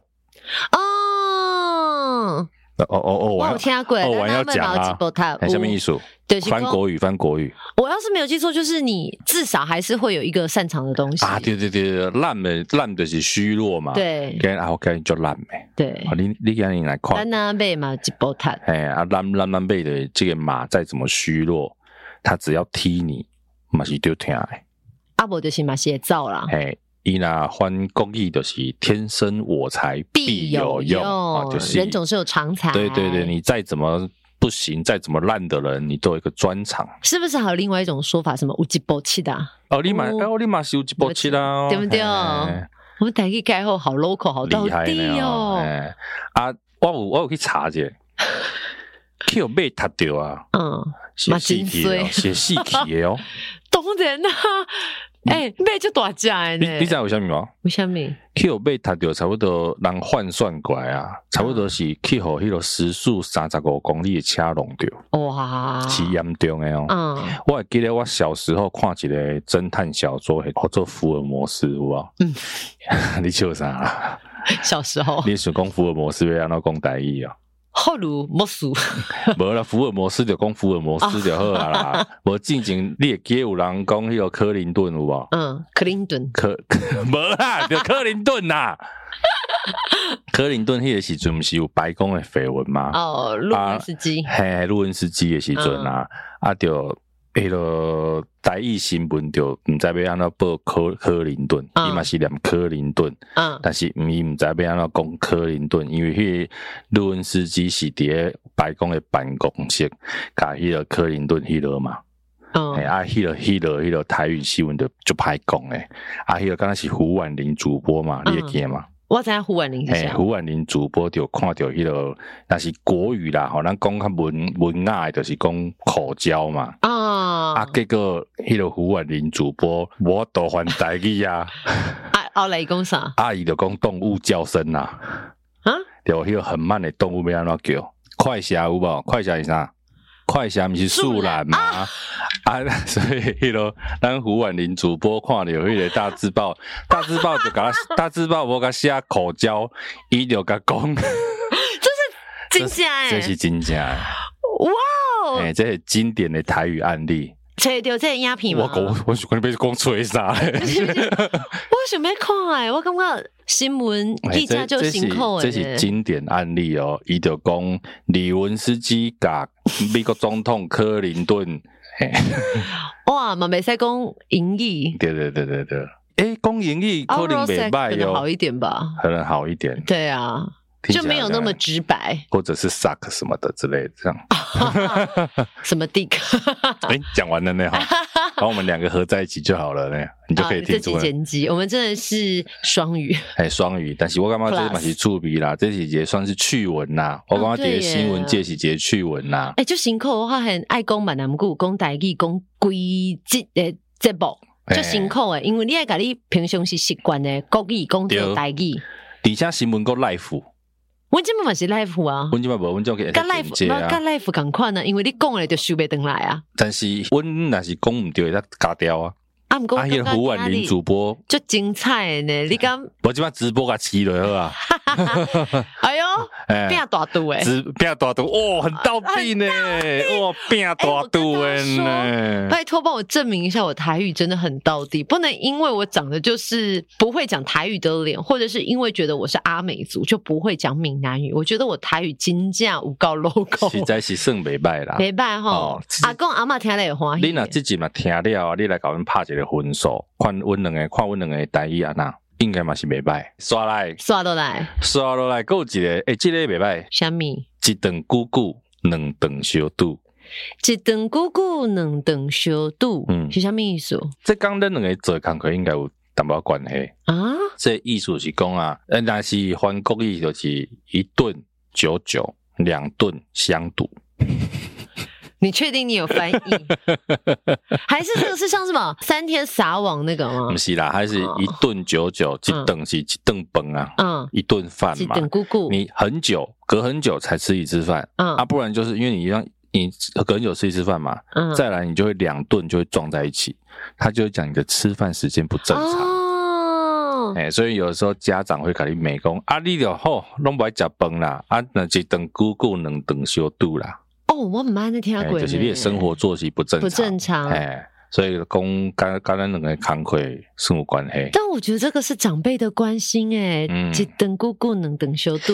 Speaker 2: 哦，
Speaker 1: 哦哦哦，
Speaker 2: 我有
Speaker 1: 我
Speaker 2: 听过。
Speaker 1: 哦我要讲啊
Speaker 2: 啊
Speaker 1: 什么意思？
Speaker 2: 就是
Speaker 1: 翻
Speaker 2: 说
Speaker 1: 国语，翻国语
Speaker 2: 我要是没有记错，就是你至少还是会有一个擅长的东西
Speaker 1: 啊！对对对，烂的烂就是虚弱嘛。，
Speaker 2: 对
Speaker 1: 跟啊，我跟你就烂诶。
Speaker 2: 对
Speaker 1: 啊，，你你今日来看
Speaker 2: 丹，娜贝嘛，吉波塔
Speaker 1: 哎啊，烂烂烂背的这个马再怎么虚弱，它只要踢你，嘛是就疼诶。
Speaker 2: 阿伯啊就是嘛写照啦。
Speaker 1: 嘿，伊若翻国语就是天生我材
Speaker 2: 必有
Speaker 1: 用
Speaker 2: 用，
Speaker 1: 啊，就是
Speaker 2: 人总是有长才。
Speaker 1: 对对对，你再怎么不行，再怎么烂的人，你都有一个专长。
Speaker 2: 是不是还有另外一种说法，什么无吉波气的啊？
Speaker 1: 哦，你买，
Speaker 2: 哦
Speaker 1: 哦，你买是有一波七啦，哦
Speaker 2: 对不对
Speaker 1: 嘿
Speaker 2: 我们台语盖后好 local，好到
Speaker 1: 厉害
Speaker 2: 地
Speaker 1: 呢哦！
Speaker 2: 哦。
Speaker 1: 嘿啊，我有我有去查 者，去有被读掉啊，
Speaker 2: 嗯，
Speaker 1: 写戏剧
Speaker 2: 嘛真
Speaker 1: 哦，
Speaker 2: 衰
Speaker 1: 写戏剧的哦。
Speaker 2: 当然啦。哎，贝就大家
Speaker 1: 你
Speaker 2: 呢？
Speaker 1: 你知道为什么 吗？
Speaker 2: 为什么？
Speaker 1: 去有被读掉，差不多人换算过来啊，差不多是去有迄个时速三十五公里的车弄掉，
Speaker 2: 哇，
Speaker 1: 是严重的哦。
Speaker 2: 嗯
Speaker 1: 我会记得我小时候看一个侦探小说，叫做福尔摩斯，有无？
Speaker 2: 嗯，
Speaker 1: 你笑啥啦？
Speaker 2: 小时候，
Speaker 1: 你想讲福尔摩斯要安怎讲台语啊？
Speaker 2: 后如莫属。
Speaker 1: 无啦，福尔摩斯就讲福尔摩斯就好啊啦。无进前你会记得有人讲迄个克林顿有无？
Speaker 2: 嗯，克林顿。
Speaker 1: 克 无啦，就克林顿啦。克林顿迄个时阵毋是有白宫的绯闻吗？
Speaker 2: 哦，路
Speaker 1: 啊
Speaker 2: 人司机。
Speaker 1: 嘿，录音司机的时阵啊，啊就迄个台语新闻就毋知要安怎报科科林顿，
Speaker 2: 嗯
Speaker 1: 伊嘛是念科林顿，
Speaker 2: 嗯
Speaker 1: 但是伊毋知要安怎讲科林顿，因为迄个录音司机是伫咧白宫的办公室，甲迄个科林顿迄落嘛，
Speaker 2: 嗯
Speaker 1: 嘿，啊，迄落迄落迄落台语新闻就就歹讲诶，啊，迄落敢若是胡婉玲主播嘛，你会记得吗？
Speaker 2: 我知影胡婉玲是
Speaker 1: 嘿，
Speaker 2: 谁？
Speaker 1: 胡婉玲主播就看到迄、落，若是国语啦，吼，咱讲较文文雅诶，就是讲口交嘛。
Speaker 2: 啊
Speaker 1: 啊，结果迄落胡婉玲主播我都翻台语啊，
Speaker 2: 啊，后来讲啥啊？
Speaker 1: 阿姨就讲动物叫声啦，对，迄个很慢诶动物要安怎叫？快侠有无？快侠是啥？快侠毋是树懒吗？啊， 所以迄、落咱胡婉玲主播看到迄个大字 报，大字报就甲大字报无甲写口交，伊就甲讲。
Speaker 2: 真假哎
Speaker 1: 这，是真正的，
Speaker 2: 哇哦
Speaker 1: 哦哎、，这是经典的台语案例。
Speaker 2: 吹到这个影片嘛
Speaker 1: 我。讲，我想讲你被公吹 杀嘞。
Speaker 2: 我想要看诶，我感觉新闻
Speaker 1: 哎
Speaker 2: 记者
Speaker 1: 这
Speaker 2: 就
Speaker 1: 这
Speaker 2: 辛
Speaker 1: 是
Speaker 2: 苦
Speaker 1: 这是
Speaker 2: 诶。
Speaker 1: 经典案例哦，伊就讲李文斯基甲美国总统克林顿，
Speaker 2: 哇，嘛未使讲英语，
Speaker 1: 对对对对对，诶，讲英语可能
Speaker 2: oral
Speaker 1: 袂
Speaker 2: sex 可
Speaker 1: 歹
Speaker 2: 能好
Speaker 1: 哦，
Speaker 2: 一点吧。
Speaker 1: 可能好一点，
Speaker 2: 对啊，
Speaker 1: 听起
Speaker 2: 就
Speaker 1: 来
Speaker 2: 没有那么
Speaker 1: 可能
Speaker 2: 直白。
Speaker 1: 或者是 suck 什么的之类的，这 样。
Speaker 2: 什么 dick？
Speaker 1: 哎，讲完了呢 哈，把我们两个合在一起就好了呢， 你就可以
Speaker 2: 啊
Speaker 1: 听
Speaker 2: 这
Speaker 1: 出
Speaker 2: 期
Speaker 1: 来。
Speaker 2: 剪辑，我们真的是双语。
Speaker 1: 哎，双语，但是我感觉这
Speaker 2: Plus
Speaker 1: 嘛是趣味啦，这是也算是趣闻啦。我感觉这
Speaker 2: 哦对
Speaker 1: 个
Speaker 2: 耶
Speaker 1: 新闻界是一个趣闻啦。
Speaker 2: 哎，就辛苦的话，很爱讲闽南语，讲台语，讲规矩诶节目，就
Speaker 1: 哎
Speaker 2: 辛苦诶，欸因为你爱甲你平常时习惯诶国语讲
Speaker 1: 对
Speaker 2: 做台语。
Speaker 1: 底下新闻够 life，
Speaker 2: 阮即满嘛是 live 啊，
Speaker 1: 阮即摆无阮种
Speaker 2: 甲
Speaker 1: 个
Speaker 2: live 无甲 live 共款啊，因为你讲诶就收袂转来啊。
Speaker 1: 但是阮若是讲毋对，他加掉啊。
Speaker 2: 啊，毋过
Speaker 1: 啊，迄个胡婉玲主播，
Speaker 2: 就精彩 的呢，你敢？
Speaker 1: 我即摆直播甲起落好啊。
Speaker 2: 哎哟，
Speaker 1: 哎
Speaker 2: 变大肚诶！
Speaker 1: 直变大肚，哦，很倒地呢，哇，变大肚的呢。
Speaker 2: 拜托帮我证明一下，我台语真的很到底，不能因为我长得就是不会讲台语的脸，或者是因为觉得我是阿美族就不会讲闽南语。我觉得我台语真正有够 logo，
Speaker 1: 实在是算袂歹啦。
Speaker 2: 没办吼
Speaker 1: 哦，
Speaker 2: 阿公阿嬷听了也欢喜。
Speaker 1: 你若即集嘛听了啊，你来甲阮拍一个分数，看阮两个，看阮两个的台语安那，应该嘛是袂歹。刷来，
Speaker 2: 刷到来，
Speaker 1: 刷落来，还有一个，诶、即、个袂
Speaker 2: 虾米？
Speaker 1: 歹，一顿久久，两顿小肚。
Speaker 2: 一顿姑姑，两顿小肚，
Speaker 1: 嗯
Speaker 2: 是虾米意思
Speaker 1: 这讲咱两个做的工课应该有淡薄仔关系。
Speaker 2: 啊？
Speaker 1: 这意思是讲啊，呃，若是翻国语就是一顿久久，两顿相赌。
Speaker 2: 你确定你有翻译？ 还是这个是像什么三天撒网那个吗
Speaker 1: 毋？是啦，还是一顿久久，一顿是一顿饭啊，
Speaker 2: 嗯，
Speaker 1: 一顿饭
Speaker 2: 啊一
Speaker 1: 嘛。
Speaker 2: 顿姑姑，
Speaker 1: 你很久，隔很久才吃一次饭
Speaker 2: 嗯
Speaker 1: 啊，不然就是因为你让你隔很久吃一次饭嘛，
Speaker 2: 嗯
Speaker 1: 再来你就会两顿就会撞在一起，他就会讲你的吃饭时间不正常。
Speaker 2: 哦，
Speaker 1: 哎、所以有时候家长会给你美工啊，你就吼拢不爱食饭啦，啊，那一顿久久，两顿小肚啦。
Speaker 2: 哦，我唔爱那听
Speaker 1: 哎
Speaker 2: 鬼，
Speaker 1: 就是你的生活作息不正常，
Speaker 2: 不正常。
Speaker 1: 哎，所以讲跟跟咱两个工课是有关系。
Speaker 2: 但我觉得这个是长辈的关心哎、
Speaker 1: 嗯
Speaker 2: 一等姑姑能等修度，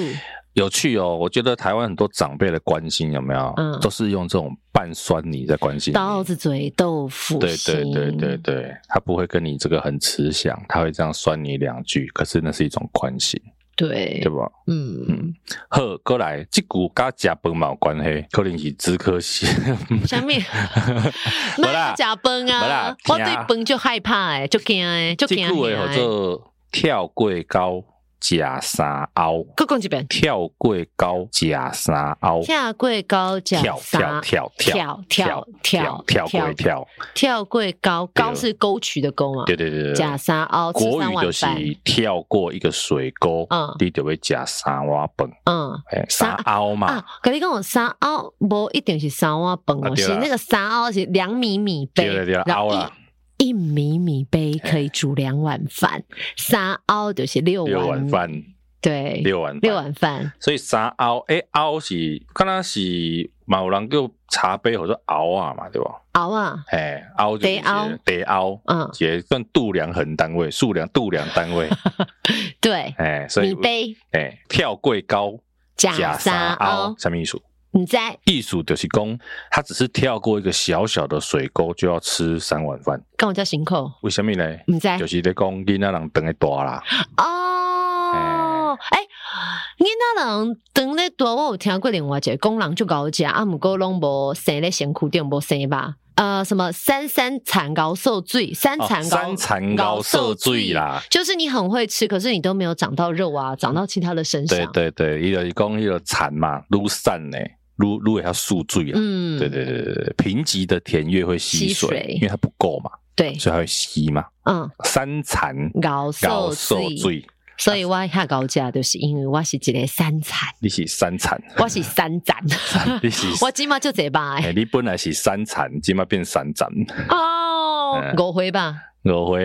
Speaker 1: 有趣哦，我觉得台湾很多长辈的关心有没有，
Speaker 2: 嗯
Speaker 1: 都是用这种半酸你在关心你。
Speaker 2: 刀子嘴豆腐
Speaker 1: 对
Speaker 2: 心
Speaker 1: 对对对对，他不会跟你这个很慈祥，他会这样酸你两句，可是那是一种关心，
Speaker 2: 对
Speaker 1: 对吧？
Speaker 2: 嗯，
Speaker 1: 好，过来，这股跟食饭嘛有关系，可能是只可惜。
Speaker 2: 下面
Speaker 1: 嗯 没啦
Speaker 2: 卖假崩
Speaker 1: 没啦
Speaker 2: 啊，
Speaker 1: 听
Speaker 2: 我对崩就害怕哎、就惊哎， 就
Speaker 1: 这
Speaker 2: 惊
Speaker 1: 句话叫
Speaker 2: 哎。
Speaker 1: 做跳过高，食三凹。
Speaker 2: 再讲一遍，
Speaker 1: 跳过高假三凹，
Speaker 2: 跳过高脚
Speaker 1: 跳
Speaker 2: 沙
Speaker 1: 跳跳
Speaker 2: 跳
Speaker 1: 跳
Speaker 2: 跳
Speaker 1: 跳
Speaker 2: 跳
Speaker 1: 过跳，
Speaker 2: 跳过高高是沟渠的沟嘛？
Speaker 1: 对对对对。
Speaker 2: 假山凹，吃
Speaker 1: 国
Speaker 2: 三
Speaker 1: 语
Speaker 2: 碗
Speaker 1: 就是
Speaker 2: 饭
Speaker 1: 跳过一个水沟
Speaker 2: 嗯，
Speaker 1: 你就会假三瓦本，
Speaker 2: 嗯
Speaker 1: 哎，三
Speaker 2: 三
Speaker 1: 凹嘛
Speaker 2: 啊，，跟你讲，我三凹无一定是三碗饭
Speaker 1: 啊
Speaker 2: 哦，
Speaker 1: 对啦
Speaker 2: 是那个三凹是两米米杯，
Speaker 1: 对了对了，
Speaker 2: 然
Speaker 1: 凹啊
Speaker 2: 后
Speaker 1: 啦，
Speaker 2: 一一米米杯可以煮两碗 饭，三凹就是六
Speaker 1: 六碗
Speaker 2: 碗，
Speaker 1: 饭，
Speaker 2: 对，
Speaker 1: 六碗
Speaker 2: 六
Speaker 1: 饭，
Speaker 2: 碗饭，
Speaker 1: 所以三凹，哎，凹是，刚刚是嘛有人叫茶杯或者凹啊嘛，对吧？
Speaker 2: 熬啊，
Speaker 1: 哎，凹就是一
Speaker 2: 茶凹
Speaker 1: 个得凹，
Speaker 2: 嗯，
Speaker 1: 也算度量衡单位，数量度量单 位，
Speaker 2: 对，
Speaker 1: 哎，所以
Speaker 2: 米杯
Speaker 1: 哎、跳过高
Speaker 2: 假
Speaker 1: 三
Speaker 2: 三凹，
Speaker 1: 什么意思？
Speaker 2: 你在
Speaker 1: 意思就是讲，他只是跳过一个小小的水沟就要吃三碗饭，
Speaker 2: 跟我叫行口，
Speaker 1: 为什么呢？
Speaker 2: 你在
Speaker 1: 就是在讲囡仔人等的大啦，
Speaker 2: 哦，哎，囡仔人长咧大，我有听过另外一个讲人就搞食，啊，毋过拢无生咧身躯顶无生吧。呃，什么三三产高受罪，三
Speaker 1: 哦
Speaker 2: 产高、嗯
Speaker 1: 三餐高涉罪啦。
Speaker 2: 就是你很会吃，可是你都没有长到肉啊，长到其他的身上。
Speaker 1: 对对对，伊就是讲迄个蚕嘛，愈散呢，愈愈会晓宿醉啦。
Speaker 2: 嗯，
Speaker 1: 对对对对对，贫瘠的田越会吸
Speaker 2: 吸
Speaker 1: 水，
Speaker 2: 水
Speaker 1: 因为它不够嘛，
Speaker 2: 对
Speaker 1: 所以它会吸嘛。
Speaker 2: 嗯，
Speaker 1: 三蚕
Speaker 2: 高
Speaker 1: 高
Speaker 2: 受
Speaker 1: 受
Speaker 2: 罪，
Speaker 1: 罪，
Speaker 2: 所以我下高价就是因为我是一个三产，
Speaker 1: 你是三蚕，
Speaker 2: 我是三产，
Speaker 1: 你是
Speaker 2: 啊 我今嘛就这吧
Speaker 1: 哎、你本来是三产，今麦变三斩，
Speaker 2: 哦
Speaker 1: 嗯，
Speaker 2: 五回吧。
Speaker 1: 五花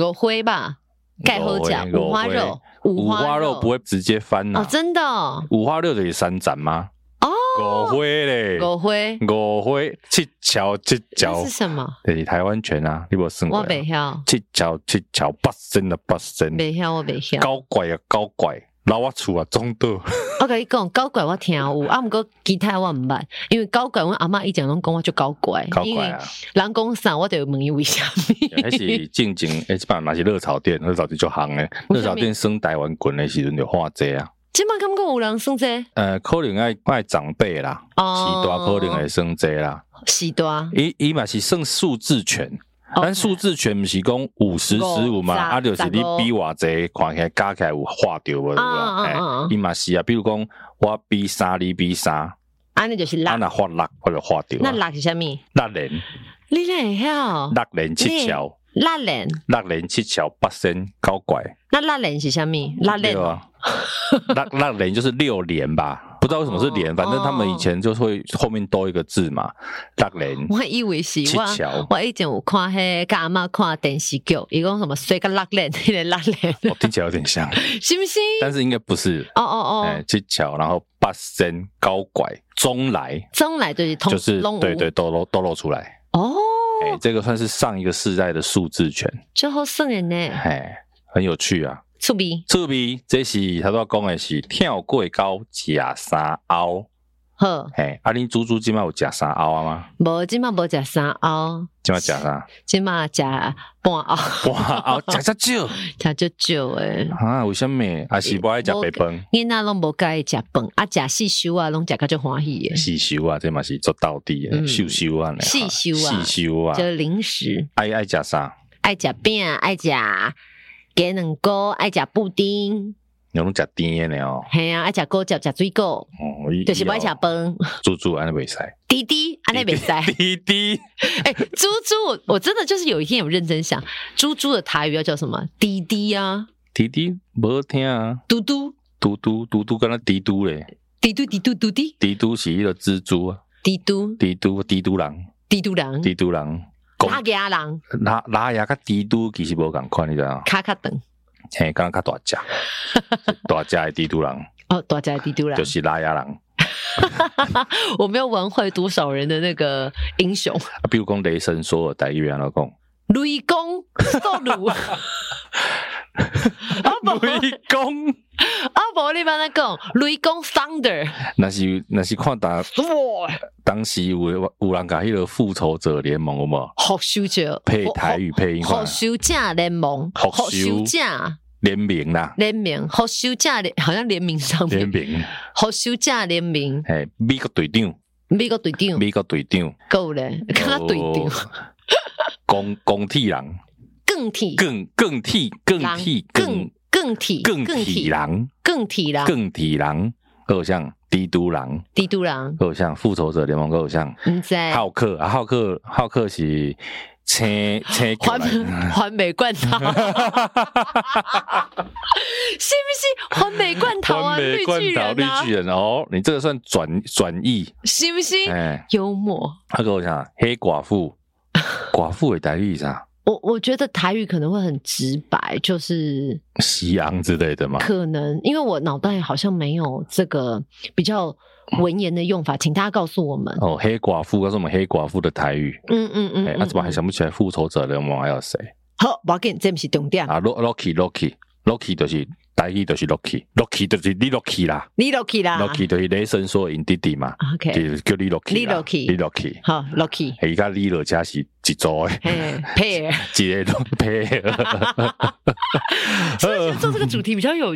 Speaker 2: 五花吧，盖好甲
Speaker 1: 五花
Speaker 2: 五花肉，
Speaker 1: 五花肉不
Speaker 2: 会
Speaker 1: 会直接翻呐、
Speaker 2: 哦，真的哦
Speaker 1: 五花肉的也三斩吗？
Speaker 2: 哦，
Speaker 1: 狗灰嘞，
Speaker 2: 狗灰，
Speaker 1: 狗灰，七巧七巧
Speaker 2: 这是，什么？
Speaker 1: 对，台湾拳啊，你无算过
Speaker 2: 我
Speaker 1: 啊？
Speaker 2: 北晓，
Speaker 1: 七巧七巧，八身啊八身，
Speaker 2: 北晓，我北晓。
Speaker 1: 高拐啊高拐，老我厝啊中 岛，
Speaker 2: 我跟你讲，高拐我听有，啊，毋过其他我毋捌，因为高拐阮阿嬷以前拢讲我就高拐，
Speaker 1: 高
Speaker 2: 因
Speaker 1: 拐
Speaker 2: 为
Speaker 1: 啊，
Speaker 2: 人讲啥，我就会问伊为啥物。
Speaker 1: 迄是进前，迄即摆嘛是热炒店，热炒店就行诶，
Speaker 2: 为
Speaker 1: 热
Speaker 2: 什
Speaker 1: 炒
Speaker 2: 么
Speaker 1: 店升台湾滚诶时阵就化济啊，
Speaker 2: 即嘛感觉有人算这
Speaker 1: 呃，可能爱爱长辈啦，
Speaker 2: 哦
Speaker 1: 是大可能会算济啦，
Speaker 2: 是大，
Speaker 1: 伊伊嘛是算数字权。咱数字权毋是讲五十十五嘛，
Speaker 2: 哦十
Speaker 1: 啊，就是你
Speaker 2: 十五
Speaker 1: 比偌济，看起来加起来有划着无？对
Speaker 2: 啊
Speaker 1: 无？
Speaker 2: 啊啊
Speaker 1: 哎，伊嘛是啊，比如讲我比三，你比三，啊，
Speaker 2: 安尼就是六，
Speaker 1: 若划六，我就划着
Speaker 2: 那
Speaker 1: 啊。
Speaker 2: 六是啥物？你
Speaker 1: 六连
Speaker 2: 哪会晓？
Speaker 1: 六连七桥，
Speaker 2: 六连，
Speaker 1: 六连七桥八仙高拐，
Speaker 2: 那六连是啥物？六连
Speaker 1: 对啊，六 六连就是六连吧？不知道为什么是连，
Speaker 2: 哦
Speaker 1: 反正他们以前就会后面多一个字嘛，六连
Speaker 2: 我以为是
Speaker 1: 七
Speaker 2: 我，
Speaker 1: 桥。
Speaker 2: 我以前有看迄、甲阿嬷看电视剧，伊讲什么水甲落链，迄、个落 链，
Speaker 1: 我听起来有点 像，
Speaker 2: 是不是？
Speaker 1: 哦但是应该不是。
Speaker 2: 哦哦
Speaker 1: 哎
Speaker 2: 哦，，
Speaker 1: 七桥，然后八仙高拐中来，
Speaker 2: 中来就是通
Speaker 1: 就是
Speaker 2: 拢有
Speaker 1: 对对，都露都露出来。
Speaker 2: 哦，
Speaker 1: 哎、这个算是上一个世代的数字权，
Speaker 2: 就好耍的呢，
Speaker 1: 哎、很有趣啊。
Speaker 2: 趣味
Speaker 1: 这边这是他都要讲的是跳过高假三凹，
Speaker 2: 好，
Speaker 1: 嘿、啊恁猪猪今麦有假三凹啊吗？
Speaker 2: 无即嘛无食三熬，
Speaker 1: 今麦假 啥？
Speaker 2: 即嘛食半熬，
Speaker 1: 哇，凹假假少
Speaker 2: 食足少诶。
Speaker 1: 啊？为什么？啊是不爱
Speaker 2: 嗯
Speaker 1: 食白饭？
Speaker 2: 囡仔拢无介意食饭，啊，食四修啊，拢食较足欢喜诶，
Speaker 1: 细修啊，这嘛是做到底的，
Speaker 2: 嗯
Speaker 1: 秀修啊，
Speaker 2: 细修啊
Speaker 1: 细修啊，
Speaker 2: 就零食，
Speaker 1: 爱爱食啥？
Speaker 2: 爱食饼，爱食鸡卵糕，爱食布丁，
Speaker 1: 你拢食甜的呢哦，
Speaker 2: 嘿啊，爱食果汁，食水果，
Speaker 1: 哦，以
Speaker 2: 就是
Speaker 1: 以后
Speaker 2: 不爱食 饭。
Speaker 1: 猪猪安尼 袂使。
Speaker 2: 滴滴，安尼袂使。
Speaker 1: 滴滴，
Speaker 2: 哎，猪猪，我我真的就是有一天有认真想，猪猪的台语要叫什么？滴滴啊，
Speaker 1: 滴滴，无好听啊，
Speaker 2: 嘟嘟，
Speaker 1: 嘟嘟嘟嘟，敢若滴嘟咧，
Speaker 2: 滴嘟滴嘟嘟滴，
Speaker 1: 滴嘟是迄个蜘蛛啊，
Speaker 2: 滴嘟
Speaker 1: 滴嘟滴嘟人，
Speaker 2: 滴嘟人，
Speaker 1: 滴嘟
Speaker 2: 啊
Speaker 1: 人，
Speaker 2: 拉给阿郎，
Speaker 1: 拉拉牙甲滴嘟其实无共款，你知影？
Speaker 2: 卡卡等。
Speaker 1: 嘿，敢若较大只，大只的滴嘟 人
Speaker 2: 哦，大家的滴嘟人
Speaker 1: 就，是拉牙人，啊，
Speaker 2: 我没有玩坏多少人的那个英雄，
Speaker 1: 比如讲雷神索尔台语安怎讲？
Speaker 2: 雷公受 辱。啊不，
Speaker 1: 雷公，
Speaker 2: 啊不，你帮他讲，雷公 Thunder，
Speaker 1: 若是若是看当
Speaker 2: 哇，
Speaker 1: 当时有有人甲迄个复仇者联盟有无？
Speaker 2: 好羞者，
Speaker 1: 配台语配音
Speaker 2: 哦好，
Speaker 1: 看
Speaker 2: 好羞者联盟，
Speaker 1: 好
Speaker 2: 好羞
Speaker 1: 羞
Speaker 2: 者。
Speaker 1: 联名啦，
Speaker 2: 联名，好休假联，好像联名上
Speaker 1: 联
Speaker 2: 面，
Speaker 1: 名，
Speaker 2: 好休假联名，
Speaker 1: 嘿，美国队长。
Speaker 2: 美国队长
Speaker 1: 美国哦队长，
Speaker 2: 够嘞，跟他嗯队长
Speaker 1: 哦，钢钢铁人，
Speaker 2: 更体
Speaker 1: 钢钢铁钢铁
Speaker 2: 更
Speaker 1: 钢
Speaker 2: 更体
Speaker 1: 钢铁人，
Speaker 2: 更体啦，
Speaker 1: 钢铁人，偶像帝都人，
Speaker 2: 帝都人，
Speaker 1: 偶像复仇者联盟，偶像
Speaker 2: 唔知
Speaker 1: 浩克，啊浩克，浩克是青 青嗯过
Speaker 2: 环
Speaker 1: 来，
Speaker 2: 环美罐头， 是不是环美罐头啊？
Speaker 1: 完美
Speaker 2: 绿
Speaker 1: 罐
Speaker 2: 巨
Speaker 1: 头
Speaker 2: 人
Speaker 1: 绿
Speaker 2: 啊
Speaker 1: 巨，人哦，你这个算转转译，
Speaker 2: 是不是
Speaker 1: 哎，
Speaker 2: 幽默？
Speaker 1: 那个我想黑寡 妇，寡妇的台语是啥？
Speaker 2: 我我觉得台语可能会很直白，就是
Speaker 1: 西洋之类的嘛，
Speaker 2: 可能因为我脑袋好像没有这个比较文言的用法，请大家告诉我们。
Speaker 1: 哦，黑寡妇，告诉我们黑寡妇的台语，
Speaker 2: 嗯嗯嗯，
Speaker 1: 哎、
Speaker 2: 嗯
Speaker 1: 那、怎么还？想不起来复仇者联盟还有谁
Speaker 2: 好，我给你这不是重点，
Speaker 1: 啊？Loki，Loki，Loki 就是大意就是 Loki，Loki 就是你 Loki 啦、
Speaker 2: 你 Lucky 啦
Speaker 1: l o k i 就是雷神说因弟弟嘛，
Speaker 2: 啊，OK，
Speaker 1: 就是叫你 Loki，
Speaker 2: 你 Loki
Speaker 1: 你 Loki。
Speaker 2: 好，Lucky，
Speaker 1: 哎，甲你落家是一组诶，
Speaker 2: 哎，Pair，
Speaker 1: 一个拢配
Speaker 2: 哎
Speaker 1: 合。
Speaker 2: 所以觉得做这个主题比较有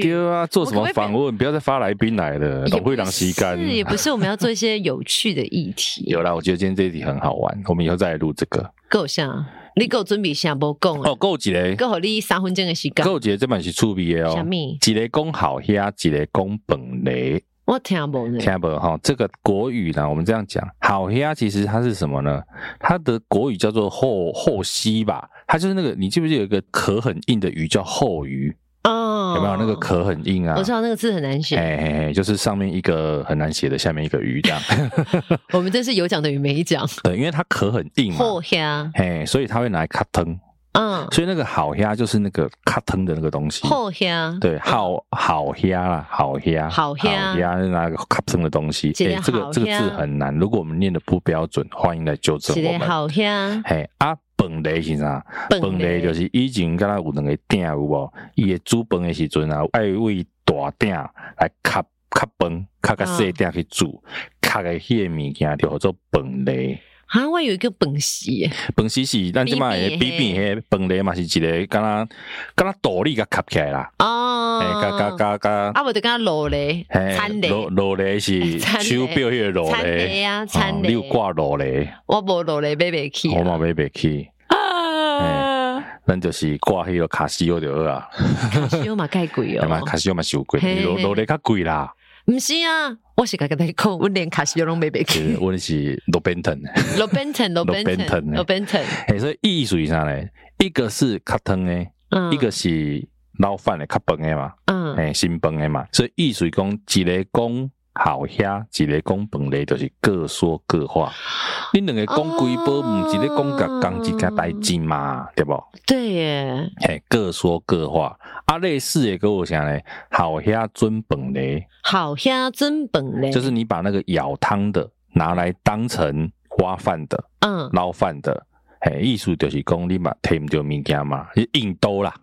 Speaker 1: 呃对啊，做什么
Speaker 2: 我可不可以
Speaker 1: 访问？不要再发来宾来了，
Speaker 2: 也
Speaker 1: 浪
Speaker 2: 不
Speaker 1: 费人时间。
Speaker 2: 是，也不是我们要做一些有趣的议题，
Speaker 1: 有啦，我觉得今天这一题很好玩，我们以后再来录这个。
Speaker 2: 够像，你够准备下播讲
Speaker 1: 哦，
Speaker 2: 啊，
Speaker 1: 够几个，
Speaker 2: 够好你三分钟的时间。
Speaker 1: 够几个，这版是趣味的
Speaker 2: 啥
Speaker 1: 哦
Speaker 2: 物。
Speaker 1: 一个讲好虾，一个讲本雷。
Speaker 2: 我听不呢，
Speaker 1: 听不懂哈，这个国语呢，我们这样讲，好呀，其实它是什么呢？它的国语叫做后后溪吧，它就是那个，你记不记得有一个壳很硬的鱼叫后鱼？
Speaker 2: 哦，
Speaker 1: 有没有那个壳很硬啊？
Speaker 2: 我知道那个字很难写，
Speaker 1: 哎哎哎，就是上面一个很难写的，下面一个鱼 这样。
Speaker 2: 我们真是有讲等于没讲。
Speaker 1: 对，因为它壳很硬嘛，
Speaker 2: 后虾
Speaker 1: 哎，所以它会拿来卡腾。
Speaker 2: 嗯，
Speaker 1: 所以那个好虾就是那个咔腾的那个东西。
Speaker 2: 后香，
Speaker 1: 嗯对，好好虾啦，好虾，
Speaker 2: 好虾
Speaker 1: 虾是那个咔腾的东西。
Speaker 2: 一个
Speaker 1: 哎这个
Speaker 2: 好
Speaker 1: 这个
Speaker 2: 虾
Speaker 1: 字很难，如果我们念的不标准，欢迎来纠正
Speaker 2: 一
Speaker 1: 我
Speaker 2: 个
Speaker 1: 们。
Speaker 2: 好 香，
Speaker 1: 嘿，啊，饭类是啥？
Speaker 2: 本
Speaker 1: 饭类就是以前敢若有两个鼎有无？伊会煮饭的时阵啊，爱为大鼎来卡卡饭，卡甲细鼎去煮，卡个迄个物件就叫做饭类。
Speaker 2: 啊，我有一个本席耶，
Speaker 1: 饭是是咱即卖
Speaker 2: 扁
Speaker 1: 比
Speaker 2: 扁
Speaker 1: 比迄饭类嘛是一个敢若敢若道理甲卡起来啦，
Speaker 2: 哦
Speaker 1: 诶，，甲甲甲甲，
Speaker 2: 啊，我就跟他落嘞，餐嘞，
Speaker 1: 落落嘞是
Speaker 2: 餐
Speaker 1: 手表迄个落
Speaker 2: 餐嘞
Speaker 1: 嘞，
Speaker 2: 啊，
Speaker 1: 哦
Speaker 2: 餐
Speaker 1: 你有
Speaker 2: 嘞，
Speaker 1: 挂落嘞，
Speaker 2: 我无落嘞，买袂起啊
Speaker 1: 我嘛买袂起，
Speaker 2: 啊，
Speaker 1: 咱就是挂迄个卡西欧就好啊。
Speaker 2: 小嘛介贵
Speaker 1: 哎嘛，
Speaker 2: 哦，
Speaker 1: 卡西欧嘛收贵，
Speaker 2: 嘿
Speaker 1: 落
Speaker 2: 嘿
Speaker 1: 落咧较贵啦。
Speaker 2: 毋是啊，我是甲跟你讲，我连卡西欧拢买
Speaker 1: 其
Speaker 2: 袂起
Speaker 1: 实，阮是落边腾，
Speaker 2: 罗宾腾，罗宾
Speaker 1: Lobenton
Speaker 2: 腾，
Speaker 1: 欸
Speaker 2: 罗宾腾，
Speaker 1: 哎，所以意义属于啥呢？一个是卡汤诶，
Speaker 2: 嗯
Speaker 1: 一个是捞饭诶，卡饭诶嘛，
Speaker 2: 嗯，
Speaker 1: 哎，新饭诶嘛。所以意思是讲一个讲好虾，一个讲饭类，就是各说各话。你两个讲规宝，
Speaker 2: 哦
Speaker 1: 毋是咧讲甲讲一件代志嘛，对无？
Speaker 2: 对耶，
Speaker 1: 嘿，各说各话。啊，类似诶，个有啥呢？好虾尊饭类。
Speaker 2: 好虾真本嘞，
Speaker 1: 就是你把那个舀汤的拿来当成挖饭的、
Speaker 2: 嗯，
Speaker 1: 捞饭的，嘿，意思就是讲你嘛摕唔到物件嘛，你硬兜啦，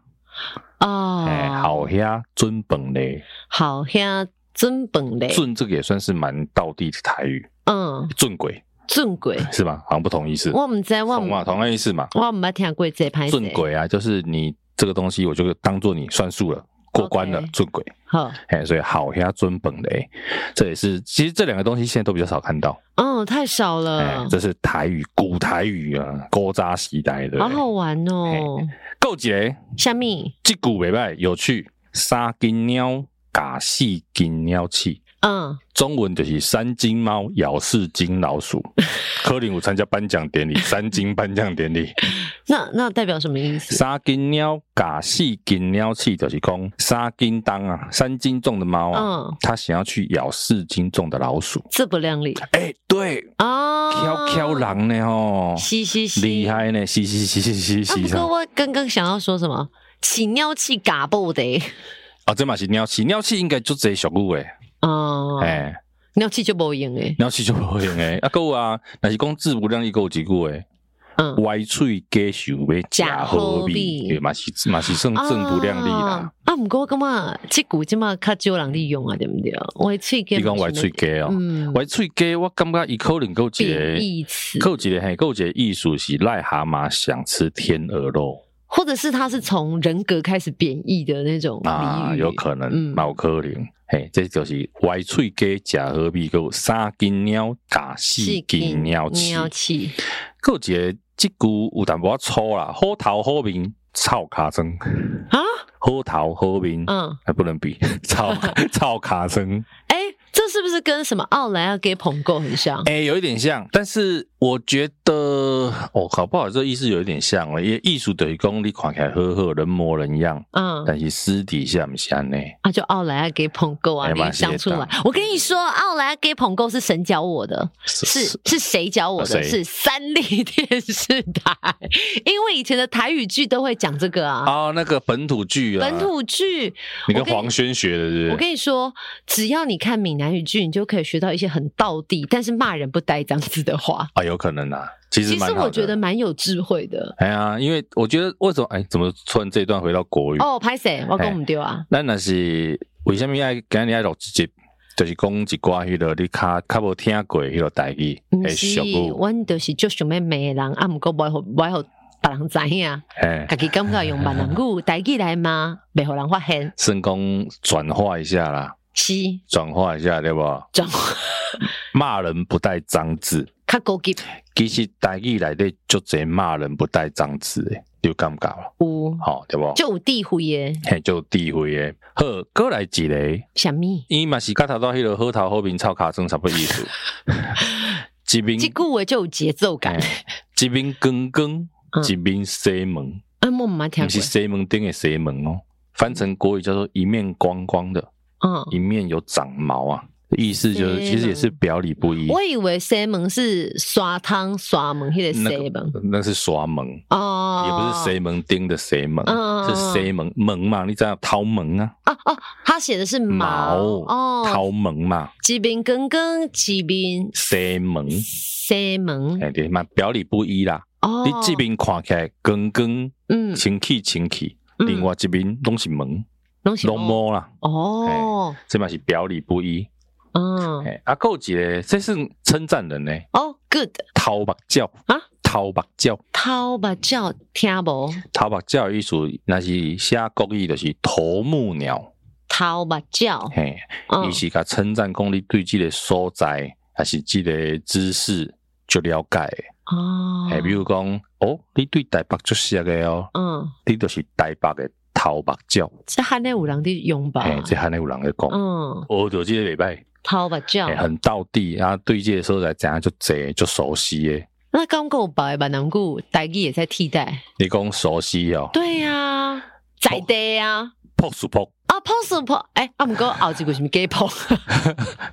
Speaker 2: 哦
Speaker 1: 哎、，好虾尊本嘞，
Speaker 2: 好虾真本嘞，
Speaker 1: 尊这个也算是蛮道地的台语，
Speaker 2: 嗯，
Speaker 1: 尊鬼
Speaker 2: 尊鬼，
Speaker 1: 是吧？好像不同意思，
Speaker 2: 我毋知我
Speaker 1: 同
Speaker 2: 唔
Speaker 1: 嘛，同样意思嘛，
Speaker 2: 我毋捌听过这拍
Speaker 1: 尊鬼啊，就是你这个东西，我就当做你算数了。过关了
Speaker 2: OK，
Speaker 1: 尊鬼，
Speaker 2: 好，
Speaker 1: 哎，所以好虾尊本嘞，这也是其实这两个东西现在都比较少看到，
Speaker 2: 嗯，太少
Speaker 1: 哎
Speaker 2: 了，，
Speaker 1: 这是台语古台语啊，古早时代的。
Speaker 2: 好好玩哦，
Speaker 1: 够一个，
Speaker 2: 虾米，
Speaker 1: 即句袂歹，有趣。三斤猫咬四斤猫鼠，
Speaker 2: 嗯，
Speaker 1: 中文就是三斤猫咬四斤老 鼠。柯林有参加颁奖典礼，三斤颁奖典 礼。
Speaker 2: 那那代表什么意思？
Speaker 1: 三斤猫咬四斤猫鼠，就是讲三斤当啊，三斤重的猫啊，
Speaker 2: 嗯，哦
Speaker 1: 它想要去咬四斤重的老鼠。
Speaker 2: 自不量力
Speaker 1: 哎、对，
Speaker 2: 哦，
Speaker 1: 敲敲，人呢吼，
Speaker 2: 嘻嘻嘻，
Speaker 1: 厉害呢，是是是是是
Speaker 2: 哦啊，
Speaker 1: 是
Speaker 2: 不
Speaker 1: 啥
Speaker 2: 过？我刚刚想要说什么？起尿气嘎爆的，
Speaker 1: 啊，这嘛是鸟鼠，鸟鼠应该就这俗语诶，
Speaker 2: 哦，
Speaker 1: 哎、
Speaker 2: 尿气就无用诶，
Speaker 1: 鸟气就无用诶，啊还有啊，若是讲自不量力还有一句诶，
Speaker 2: 嗯，
Speaker 1: 歪嘴假想要假好哦味，对嘛是嘛是算正不量力啦
Speaker 2: 啊。。啊，不过我感觉这句即嘛较少人利用啊，对不对？歪喙
Speaker 1: 你
Speaker 2: 根，
Speaker 1: 讲歪嘴，假哦，
Speaker 2: 嗯，
Speaker 1: 歪嘴假，我感觉伊可能还有
Speaker 2: 贬
Speaker 1: 一
Speaker 2: 义词
Speaker 1: 个，，还有一个嘿，还有一个意思是癞蛤蟆想吃天鹅肉
Speaker 2: 或者是他是从人格开始贬义的那种
Speaker 1: 啊，
Speaker 2: 俚语
Speaker 1: 有可能，
Speaker 2: 嗯
Speaker 1: 嘛有可能。嘿，这就是歪嘴假假好味，还有三斤鸟假四
Speaker 2: 是
Speaker 1: 斤鸟翅。
Speaker 2: 尿气，
Speaker 1: 还有一个即句有淡薄仔粗啦，好头好面臭卡砖
Speaker 2: 啊，
Speaker 1: 好头好面。
Speaker 2: 嗯，
Speaker 1: 还不能比， 超超卡声，
Speaker 2: 哎，这是不是跟什么奥莱要给捧够很像？
Speaker 1: 哎、有一点像，但是我觉得，哦，搞不好这意思有一点像了，因为艺术等于功力看起来呵呵人模人样，
Speaker 2: 嗯，
Speaker 1: 但是私底下不是安呢，
Speaker 2: 啊，就奥莱给捧够啊，
Speaker 1: 哎嘛
Speaker 2: 你想
Speaker 1: 是
Speaker 2: 出来
Speaker 1: 的。
Speaker 2: 我跟你说，奥莱给捧够是神教我的，是是谁教我
Speaker 1: 谁
Speaker 2: 的？是三立电视台，因为以前的台语剧都会讲这个啊，
Speaker 1: 哦，那个本土剧啊，
Speaker 2: 本，土剧。
Speaker 1: 你跟
Speaker 2: 我跟
Speaker 1: 黄轩学的是
Speaker 2: 我
Speaker 1: 不是？
Speaker 2: 跟你说，只要你看闽南语剧，你就可以学到一些很道地，但是骂人不带脏字的话。
Speaker 1: 啊，有可能啊，其实
Speaker 2: 其
Speaker 1: 蛮
Speaker 2: 实
Speaker 1: 好的
Speaker 2: 我觉得，蛮有智慧的。
Speaker 1: 哎呀，因为我觉得为什么，哎，怎么突然这一段回到国语？
Speaker 2: 哦，拍谁？我跟我们丢啊！
Speaker 1: 咱若是为什么爱今日爱录一集，就是讲一寡迄落你较较无听过迄落代志
Speaker 2: 不
Speaker 1: 诶
Speaker 2: 嗯是
Speaker 1: 俗，语，
Speaker 2: 我就是就想要骂人，啊，不过不好不好，别人知影。
Speaker 1: 诶，
Speaker 2: 家己感觉用闽南语台语来骂，袂互人发现，
Speaker 1: 算讲转化一下啦，
Speaker 2: 是
Speaker 1: 转化一下对无？
Speaker 2: 转
Speaker 1: 骂人不带脏字，
Speaker 2: 较高级
Speaker 1: 其实代志内底足侪骂人不带脏字诶，你有感觉无？
Speaker 2: 有，
Speaker 1: 吼、对无？
Speaker 2: 就有智慧诶，
Speaker 1: 嘿，就有智慧诶。好，过来一个，
Speaker 2: 啥物？
Speaker 1: 伊嘛是甲头到迄落好头好面臭卡算差不多意 思。一面
Speaker 2: 即句话就有节奏感，
Speaker 1: 嘿一面光光，
Speaker 2: 嗯
Speaker 1: 一面西门。
Speaker 2: 啊，我毋捌听
Speaker 1: 不是
Speaker 2: 过，
Speaker 1: 西门町的西门哦，翻成国语叫做一面光光的，
Speaker 2: 嗯
Speaker 1: 一面有长毛啊，意思就是其实也是表里不一。
Speaker 2: 我以为西门是刷汤刷门，那个西门
Speaker 1: 那那是刷门，
Speaker 2: 哦，
Speaker 1: 也不是谁门钉的谁门，
Speaker 2: 嗯
Speaker 1: 是谁门门嘛？你知道掏门啊，
Speaker 2: 哦哦，他写的是毛
Speaker 1: 毛
Speaker 2: 哦，
Speaker 1: 掏门嘛，
Speaker 2: 几边根根几边
Speaker 1: 谁门？
Speaker 2: 西门
Speaker 1: 哎对嘛，表里不一啦。
Speaker 2: 哦，
Speaker 1: 你这边看起来光光
Speaker 2: 嗯
Speaker 1: 清气清气，
Speaker 2: 嗯
Speaker 1: 另外这边拢是门
Speaker 2: 拢是
Speaker 1: 拢摸啦，
Speaker 2: 哦，
Speaker 1: 这嘛是表里不一。
Speaker 2: 嗯
Speaker 1: 哎，啊，还有一个这是称赞人呢，
Speaker 2: 哦，good
Speaker 1: 掏目鸟
Speaker 2: 啊，
Speaker 1: 掏目鸟，
Speaker 2: 掏吧叫听无
Speaker 1: 掏目鸟的意思若是写国语就是头目鸟，
Speaker 2: 掏吧叫，
Speaker 1: 嘿，伊
Speaker 2: 嗯
Speaker 1: 是甲称赞讲你对这个所在还是这个知识就了解的，
Speaker 2: 哦，
Speaker 1: 哎，比如讲哦，你对台北就熟个哦，
Speaker 2: 嗯，
Speaker 1: 你就是台北的头目鸟，
Speaker 2: 这汉内有人伫用吧，
Speaker 1: 嘿，这安尼有人咧讲。
Speaker 2: 嗯，
Speaker 1: 学着这个礼拜、
Speaker 2: 掏吧叫
Speaker 1: 欸，很到地啊，对这个所在知影就济就熟悉诶。
Speaker 2: 那刚够白闽南语台语也在替代，
Speaker 1: 你讲熟悉哦，
Speaker 2: 对呀，在地啊。
Speaker 1: 破熟破
Speaker 2: 啊，pop 是 pop，哎，啊，毋过后一句是毋 gay pop，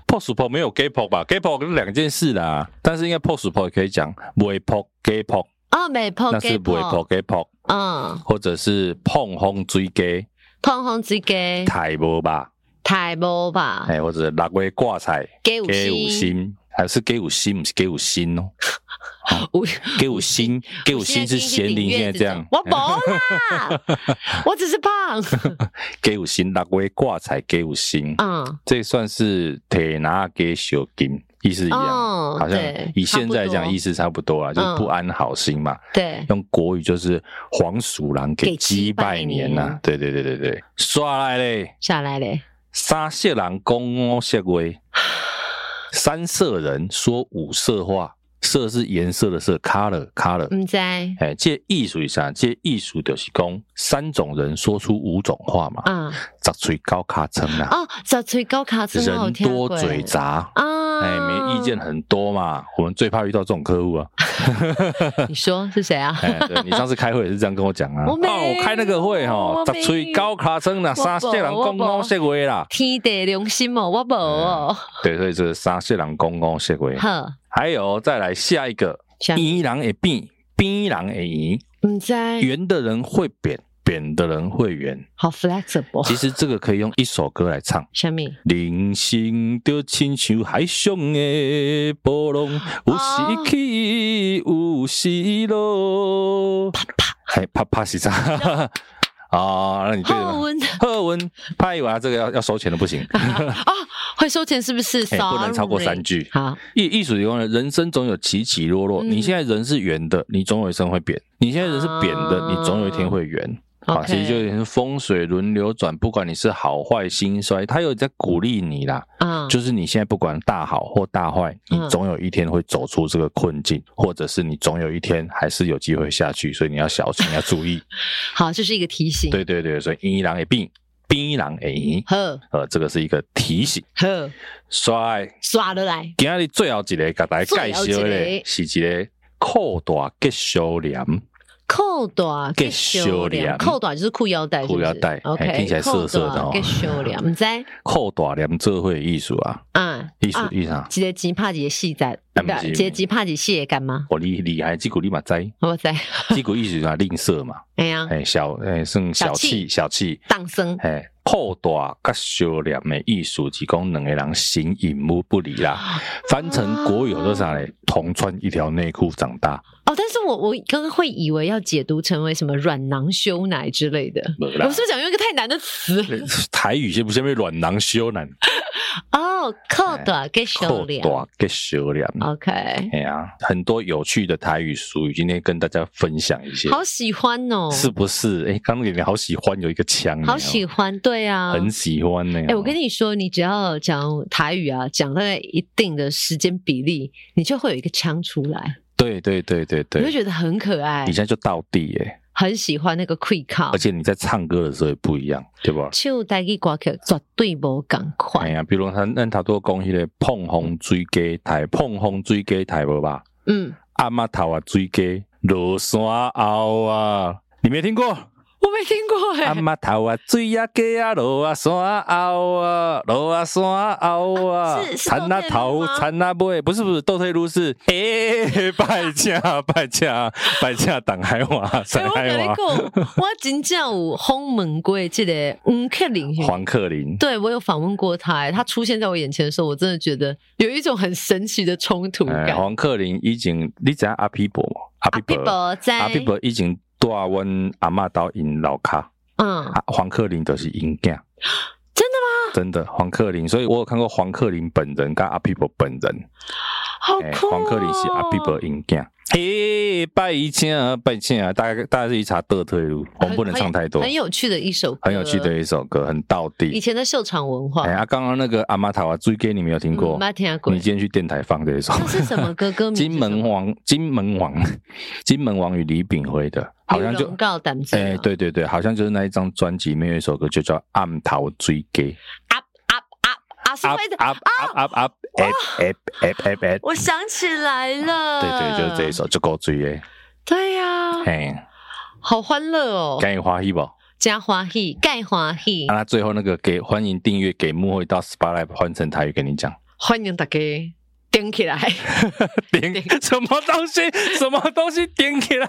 Speaker 1: 破熟破没有 gay 破吧？gay 破是两件事啦，但是应该破熟破也可以讲未破 gay 破，
Speaker 2: 啊，未 pop
Speaker 1: 那是
Speaker 2: gay
Speaker 1: 未破
Speaker 2: pop，
Speaker 1: gay 破，
Speaker 2: 嗯，
Speaker 1: 或者是碰风追鸡
Speaker 2: 碰碰之 家
Speaker 1: 太无吧？
Speaker 2: 太无吧
Speaker 1: 哎、，或者六月挂彩
Speaker 2: 给啊五
Speaker 1: gay 五
Speaker 2: 星，
Speaker 1: 星，还是 gay 五星，不是 gay 五星哦
Speaker 2: 五
Speaker 1: ，gay 五星，gay 五星是咸宁现在这样，
Speaker 2: 我无啦，我只是 胖，
Speaker 1: ，gay 五星六月挂彩 gay 五星。
Speaker 2: 嗯，
Speaker 1: 这算是铁拿给小金，意思一样，
Speaker 2: 哦
Speaker 1: 好像
Speaker 2: 对
Speaker 1: 以现在
Speaker 2: 差不
Speaker 1: 讲
Speaker 2: 多嗯
Speaker 1: 意思差不多啦，就是不安好心嘛。
Speaker 2: 对，
Speaker 1: 用国语就是黄鼠狼给
Speaker 2: 给鸡
Speaker 1: 鸡
Speaker 2: 拜
Speaker 1: 拜
Speaker 2: 年
Speaker 1: 年呐、啊对对对对对，刷来嘞，
Speaker 2: 下来嘞，
Speaker 1: 三色狼公哦，色龟，三色人说五色话，色是颜色的色，color color。
Speaker 2: 毋知，
Speaker 1: 哎，这艺术上，这艺术就是讲三种人说出五种话嘛，
Speaker 2: 嗯，
Speaker 1: 杂嘴高卡称啊，
Speaker 2: 哦，十喙高卡真的有
Speaker 1: 人
Speaker 2: 听
Speaker 1: 多
Speaker 2: 过
Speaker 1: 嘴杂，
Speaker 2: 啊，
Speaker 1: 哎，没意见，很多嘛，我们最怕遇到这种客户啊。
Speaker 2: 你说是 谁啊？
Speaker 1: 哎，对你上次开会也是这样跟我讲啊。
Speaker 2: 我没有
Speaker 1: 哦，开那个会
Speaker 2: 我
Speaker 1: 哈，十
Speaker 2: 没有
Speaker 1: 吹高卡声啦，
Speaker 2: 我
Speaker 1: 三色人
Speaker 2: 我
Speaker 1: 公公社会啦。
Speaker 2: 天地良心哦，我无哦，
Speaker 1: 对，所以这是三色人公公社会。
Speaker 2: 好，
Speaker 1: 还有再来下一个，
Speaker 2: 下
Speaker 1: 伊人会变，变人会圆，
Speaker 2: 毋知，
Speaker 1: 圆的人会扁，扁的人会圆。
Speaker 2: 好 flexible，
Speaker 1: 其实这个可以用一首歌来唱。
Speaker 2: 虾米？
Speaker 1: 人生就亲像海上的波浪，
Speaker 2: 哦
Speaker 1: 有时起，有时落。啪啪，哎，啪啪 是啥？啊，那你对
Speaker 2: 好
Speaker 1: 了。
Speaker 2: 温
Speaker 1: 贺文拍完这个要要收钱的不 行，
Speaker 2: 啊，会收钱是不是？
Speaker 1: 哎，不能超过
Speaker 2: 欸
Speaker 1: 三。句。
Speaker 2: 好，
Speaker 1: 艺艺术里面，人生总有起起落落。
Speaker 2: 嗯
Speaker 1: 你现在人是圆的，你总有一天会扁；你现在人是扁的，
Speaker 2: 啊
Speaker 1: 你总有一天会圆。啊，
Speaker 2: OK
Speaker 1: 其实就有点是风水轮流转，不管你是好坏兴衰，他有在鼓励你啦。
Speaker 2: 嗯，
Speaker 1: 就是你现在不管大好或大坏，你
Speaker 2: 嗯
Speaker 1: 总有一天会走出这个困境，或者是你总有一天还是有机会下去，所以你要小心，要注 意。
Speaker 2: 好，这是一个提醒。
Speaker 1: 对对对，所以阴狼也病，槟狼也赢，
Speaker 2: 呵
Speaker 1: 呃，这个是一个提醒。
Speaker 2: 呵，
Speaker 1: 帅，
Speaker 2: 刷得来，
Speaker 1: 今日最后一个给大家介
Speaker 2: 最
Speaker 1: 绍
Speaker 2: 后一
Speaker 1: 的
Speaker 2: 个
Speaker 1: 是一个裤大结收敛，
Speaker 2: 扣短
Speaker 1: 给修炼
Speaker 2: 扣短就是裤腰带是不是，
Speaker 1: 裤腰带
Speaker 2: ，OK，
Speaker 1: 哎听起来涩涩的哦
Speaker 2: 给修炼，唔知
Speaker 1: 裤大连这会艺术啊，
Speaker 2: 啊，
Speaker 1: 艺术
Speaker 2: 啊
Speaker 1: 艺术啊，
Speaker 2: 一个钱拍一个戏在，
Speaker 1: 啊
Speaker 2: 不
Speaker 1: 不是
Speaker 2: 一个钱拍一个戏的干嘛？
Speaker 1: 我厉厉害，这哦股你嘛知，
Speaker 2: 我知，
Speaker 1: 这股艺术啊吝啬 嘛，
Speaker 2: 哎呀，
Speaker 1: 哎小哎算小气小气。
Speaker 2: 当生
Speaker 1: 嘿，扩大甲小念的意思，是讲两个人形影不不离啦。翻成国语有多啥嘞？同穿一条内裤长大，
Speaker 2: 哦，但是我我刚刚会以为要解读成为什么软囊羞奶之类的，
Speaker 1: 没
Speaker 2: 我
Speaker 1: 啦
Speaker 2: 是不是讲用一个太难的词？
Speaker 1: 台语是不是咩软囊羞男？
Speaker 2: 哦，扣
Speaker 1: 哎
Speaker 2: 短给修
Speaker 1: 扩
Speaker 2: 炼
Speaker 1: 大甲小念。
Speaker 2: ，OK，
Speaker 1: 哎呀，很多有趣的台语俗语，今天跟大家分享一些，
Speaker 2: 好喜欢哦，
Speaker 1: 是不是？哎，刚刚你好喜欢有一个腔，
Speaker 2: 好喜
Speaker 1: 欢，
Speaker 2: 欢，对啊，
Speaker 1: 很喜欢呢。
Speaker 2: 哎、我跟你说，你只要讲台语啊，讲大概一定的时间比例，你就会有一个腔出来，
Speaker 1: 对对对对
Speaker 2: 你会
Speaker 1: 对，
Speaker 2: 觉得很可爱
Speaker 1: 你，现在就到地耶，
Speaker 2: 很喜欢那个 quick call
Speaker 1: 而。且你在唱歌的时候也不一样，对吧？
Speaker 2: 唱台语歌曲绝对无共
Speaker 1: 哎
Speaker 2: 款，
Speaker 1: 呀，比如咱咱头拄讲迄个碰风水鸡台，碰风水鸡台无吧？
Speaker 2: 嗯，
Speaker 1: 阿妈头啊水鸡，落山后啊，你没听过？
Speaker 2: 我我没听过 哎、
Speaker 1: 阿妈头啊，水啊，鸡啊，落啊，山后啊，落啊，山后啊
Speaker 2: 啊是，是
Speaker 1: 田啊
Speaker 2: 斗退路
Speaker 1: 头，
Speaker 2: 吗
Speaker 1: 田啊尾，不是不是，斗退路是 诶，拜驾拜驾拜驾，党海话，
Speaker 2: 欸
Speaker 1: 山
Speaker 2: 我跟
Speaker 1: 海
Speaker 2: 你
Speaker 1: 话，
Speaker 2: 讲， 我真正有访问过这个吴克林先生，
Speaker 1: 黄克林，
Speaker 2: 对我有访问过他、欸，他出现在我眼前的时候，我真的觉得有一种很神奇的冲突
Speaker 1: 哎，
Speaker 2: 感。
Speaker 1: 黄克林以前你知影阿皮伯吗？阿
Speaker 2: 阿
Speaker 1: 皮
Speaker 2: 碧
Speaker 1: 伯，
Speaker 2: 伯在，
Speaker 1: 阿皮伯以前带阮阿嬷到因老卡，
Speaker 2: 嗯，
Speaker 1: 啊，黄克林就是因囝。
Speaker 2: 真的
Speaker 1: 真的，黄克林，所以我有看过黄克林本人跟阿皮伯本人，
Speaker 2: 好
Speaker 1: 哎、
Speaker 2: 酷、哦
Speaker 1: 黄克林是阿比伯影镜。嘿，拜一千啊，拜一千啊！大概大概是一查得退路，我们
Speaker 2: 很
Speaker 1: 不能唱太多，
Speaker 2: 很有趣的一首歌，
Speaker 1: 很有趣的一首歌，很道
Speaker 2: 以
Speaker 1: 地。
Speaker 2: 前的秀场文化，
Speaker 1: 哎呀，刚刚那个阿玛塔瓦追给你没有听过
Speaker 2: 嗯？没听过
Speaker 1: 你今天去电台放这一首，
Speaker 2: 那是什么歌？歌名是什
Speaker 1: 金
Speaker 2: 么？
Speaker 1: 门王，金门王，金门王与李炳辉的，好像就
Speaker 2: 刘荣告胆子，
Speaker 1: 哎，，对对对，好像就是那一张专辑里面有一首歌就叫《暗桃追给》。
Speaker 2: 啊，是为的，
Speaker 1: up up up up up up up up，
Speaker 2: 我想起来了，
Speaker 1: 对啊对，就是这一，首，就够追诶，
Speaker 2: 对呀、
Speaker 1: 嘿，
Speaker 2: 好欢乐哦，
Speaker 1: 该花一宝。
Speaker 2: 加欢喜，盖欢喜，
Speaker 1: 啊，那最后那个给欢迎订阅给幕后到 Spotlight 换成台语跟 你讲，
Speaker 2: 欢迎大家点 起来，
Speaker 1: 点什么东西，什么东西点起来，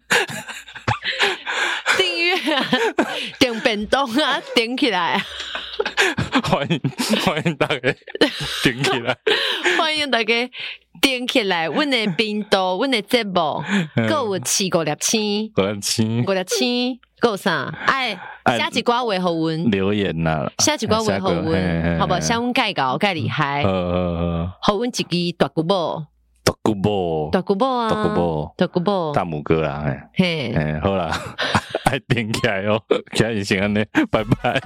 Speaker 2: 订阅啊，点便当啊，点起来啊，
Speaker 1: 欢迎欢迎大 家点起来，
Speaker 2: 欢迎大家点起来，阮的频道，阮的节目，
Speaker 1: 嗯
Speaker 2: 够有七五粒星，
Speaker 1: 果然亲
Speaker 2: 五粒星，够啥？哎，
Speaker 1: 哎
Speaker 2: 写一寡话互阮，
Speaker 1: 留言呐，
Speaker 2: 写一寡话互
Speaker 1: 下一个嘿
Speaker 2: 阮，好不好？
Speaker 1: 嘿
Speaker 2: 写阮介搞介厉害
Speaker 1: 呃，呃呃，
Speaker 2: 互阮一支大鼓某，
Speaker 1: 大古波，
Speaker 2: 大鼓某啊，
Speaker 1: 大古，波，
Speaker 2: 大鼓某，
Speaker 1: 大拇哥啦，哎
Speaker 2: 嘿。
Speaker 1: 哎，好啦，爱点起来哦，今日先安尼，拜拜。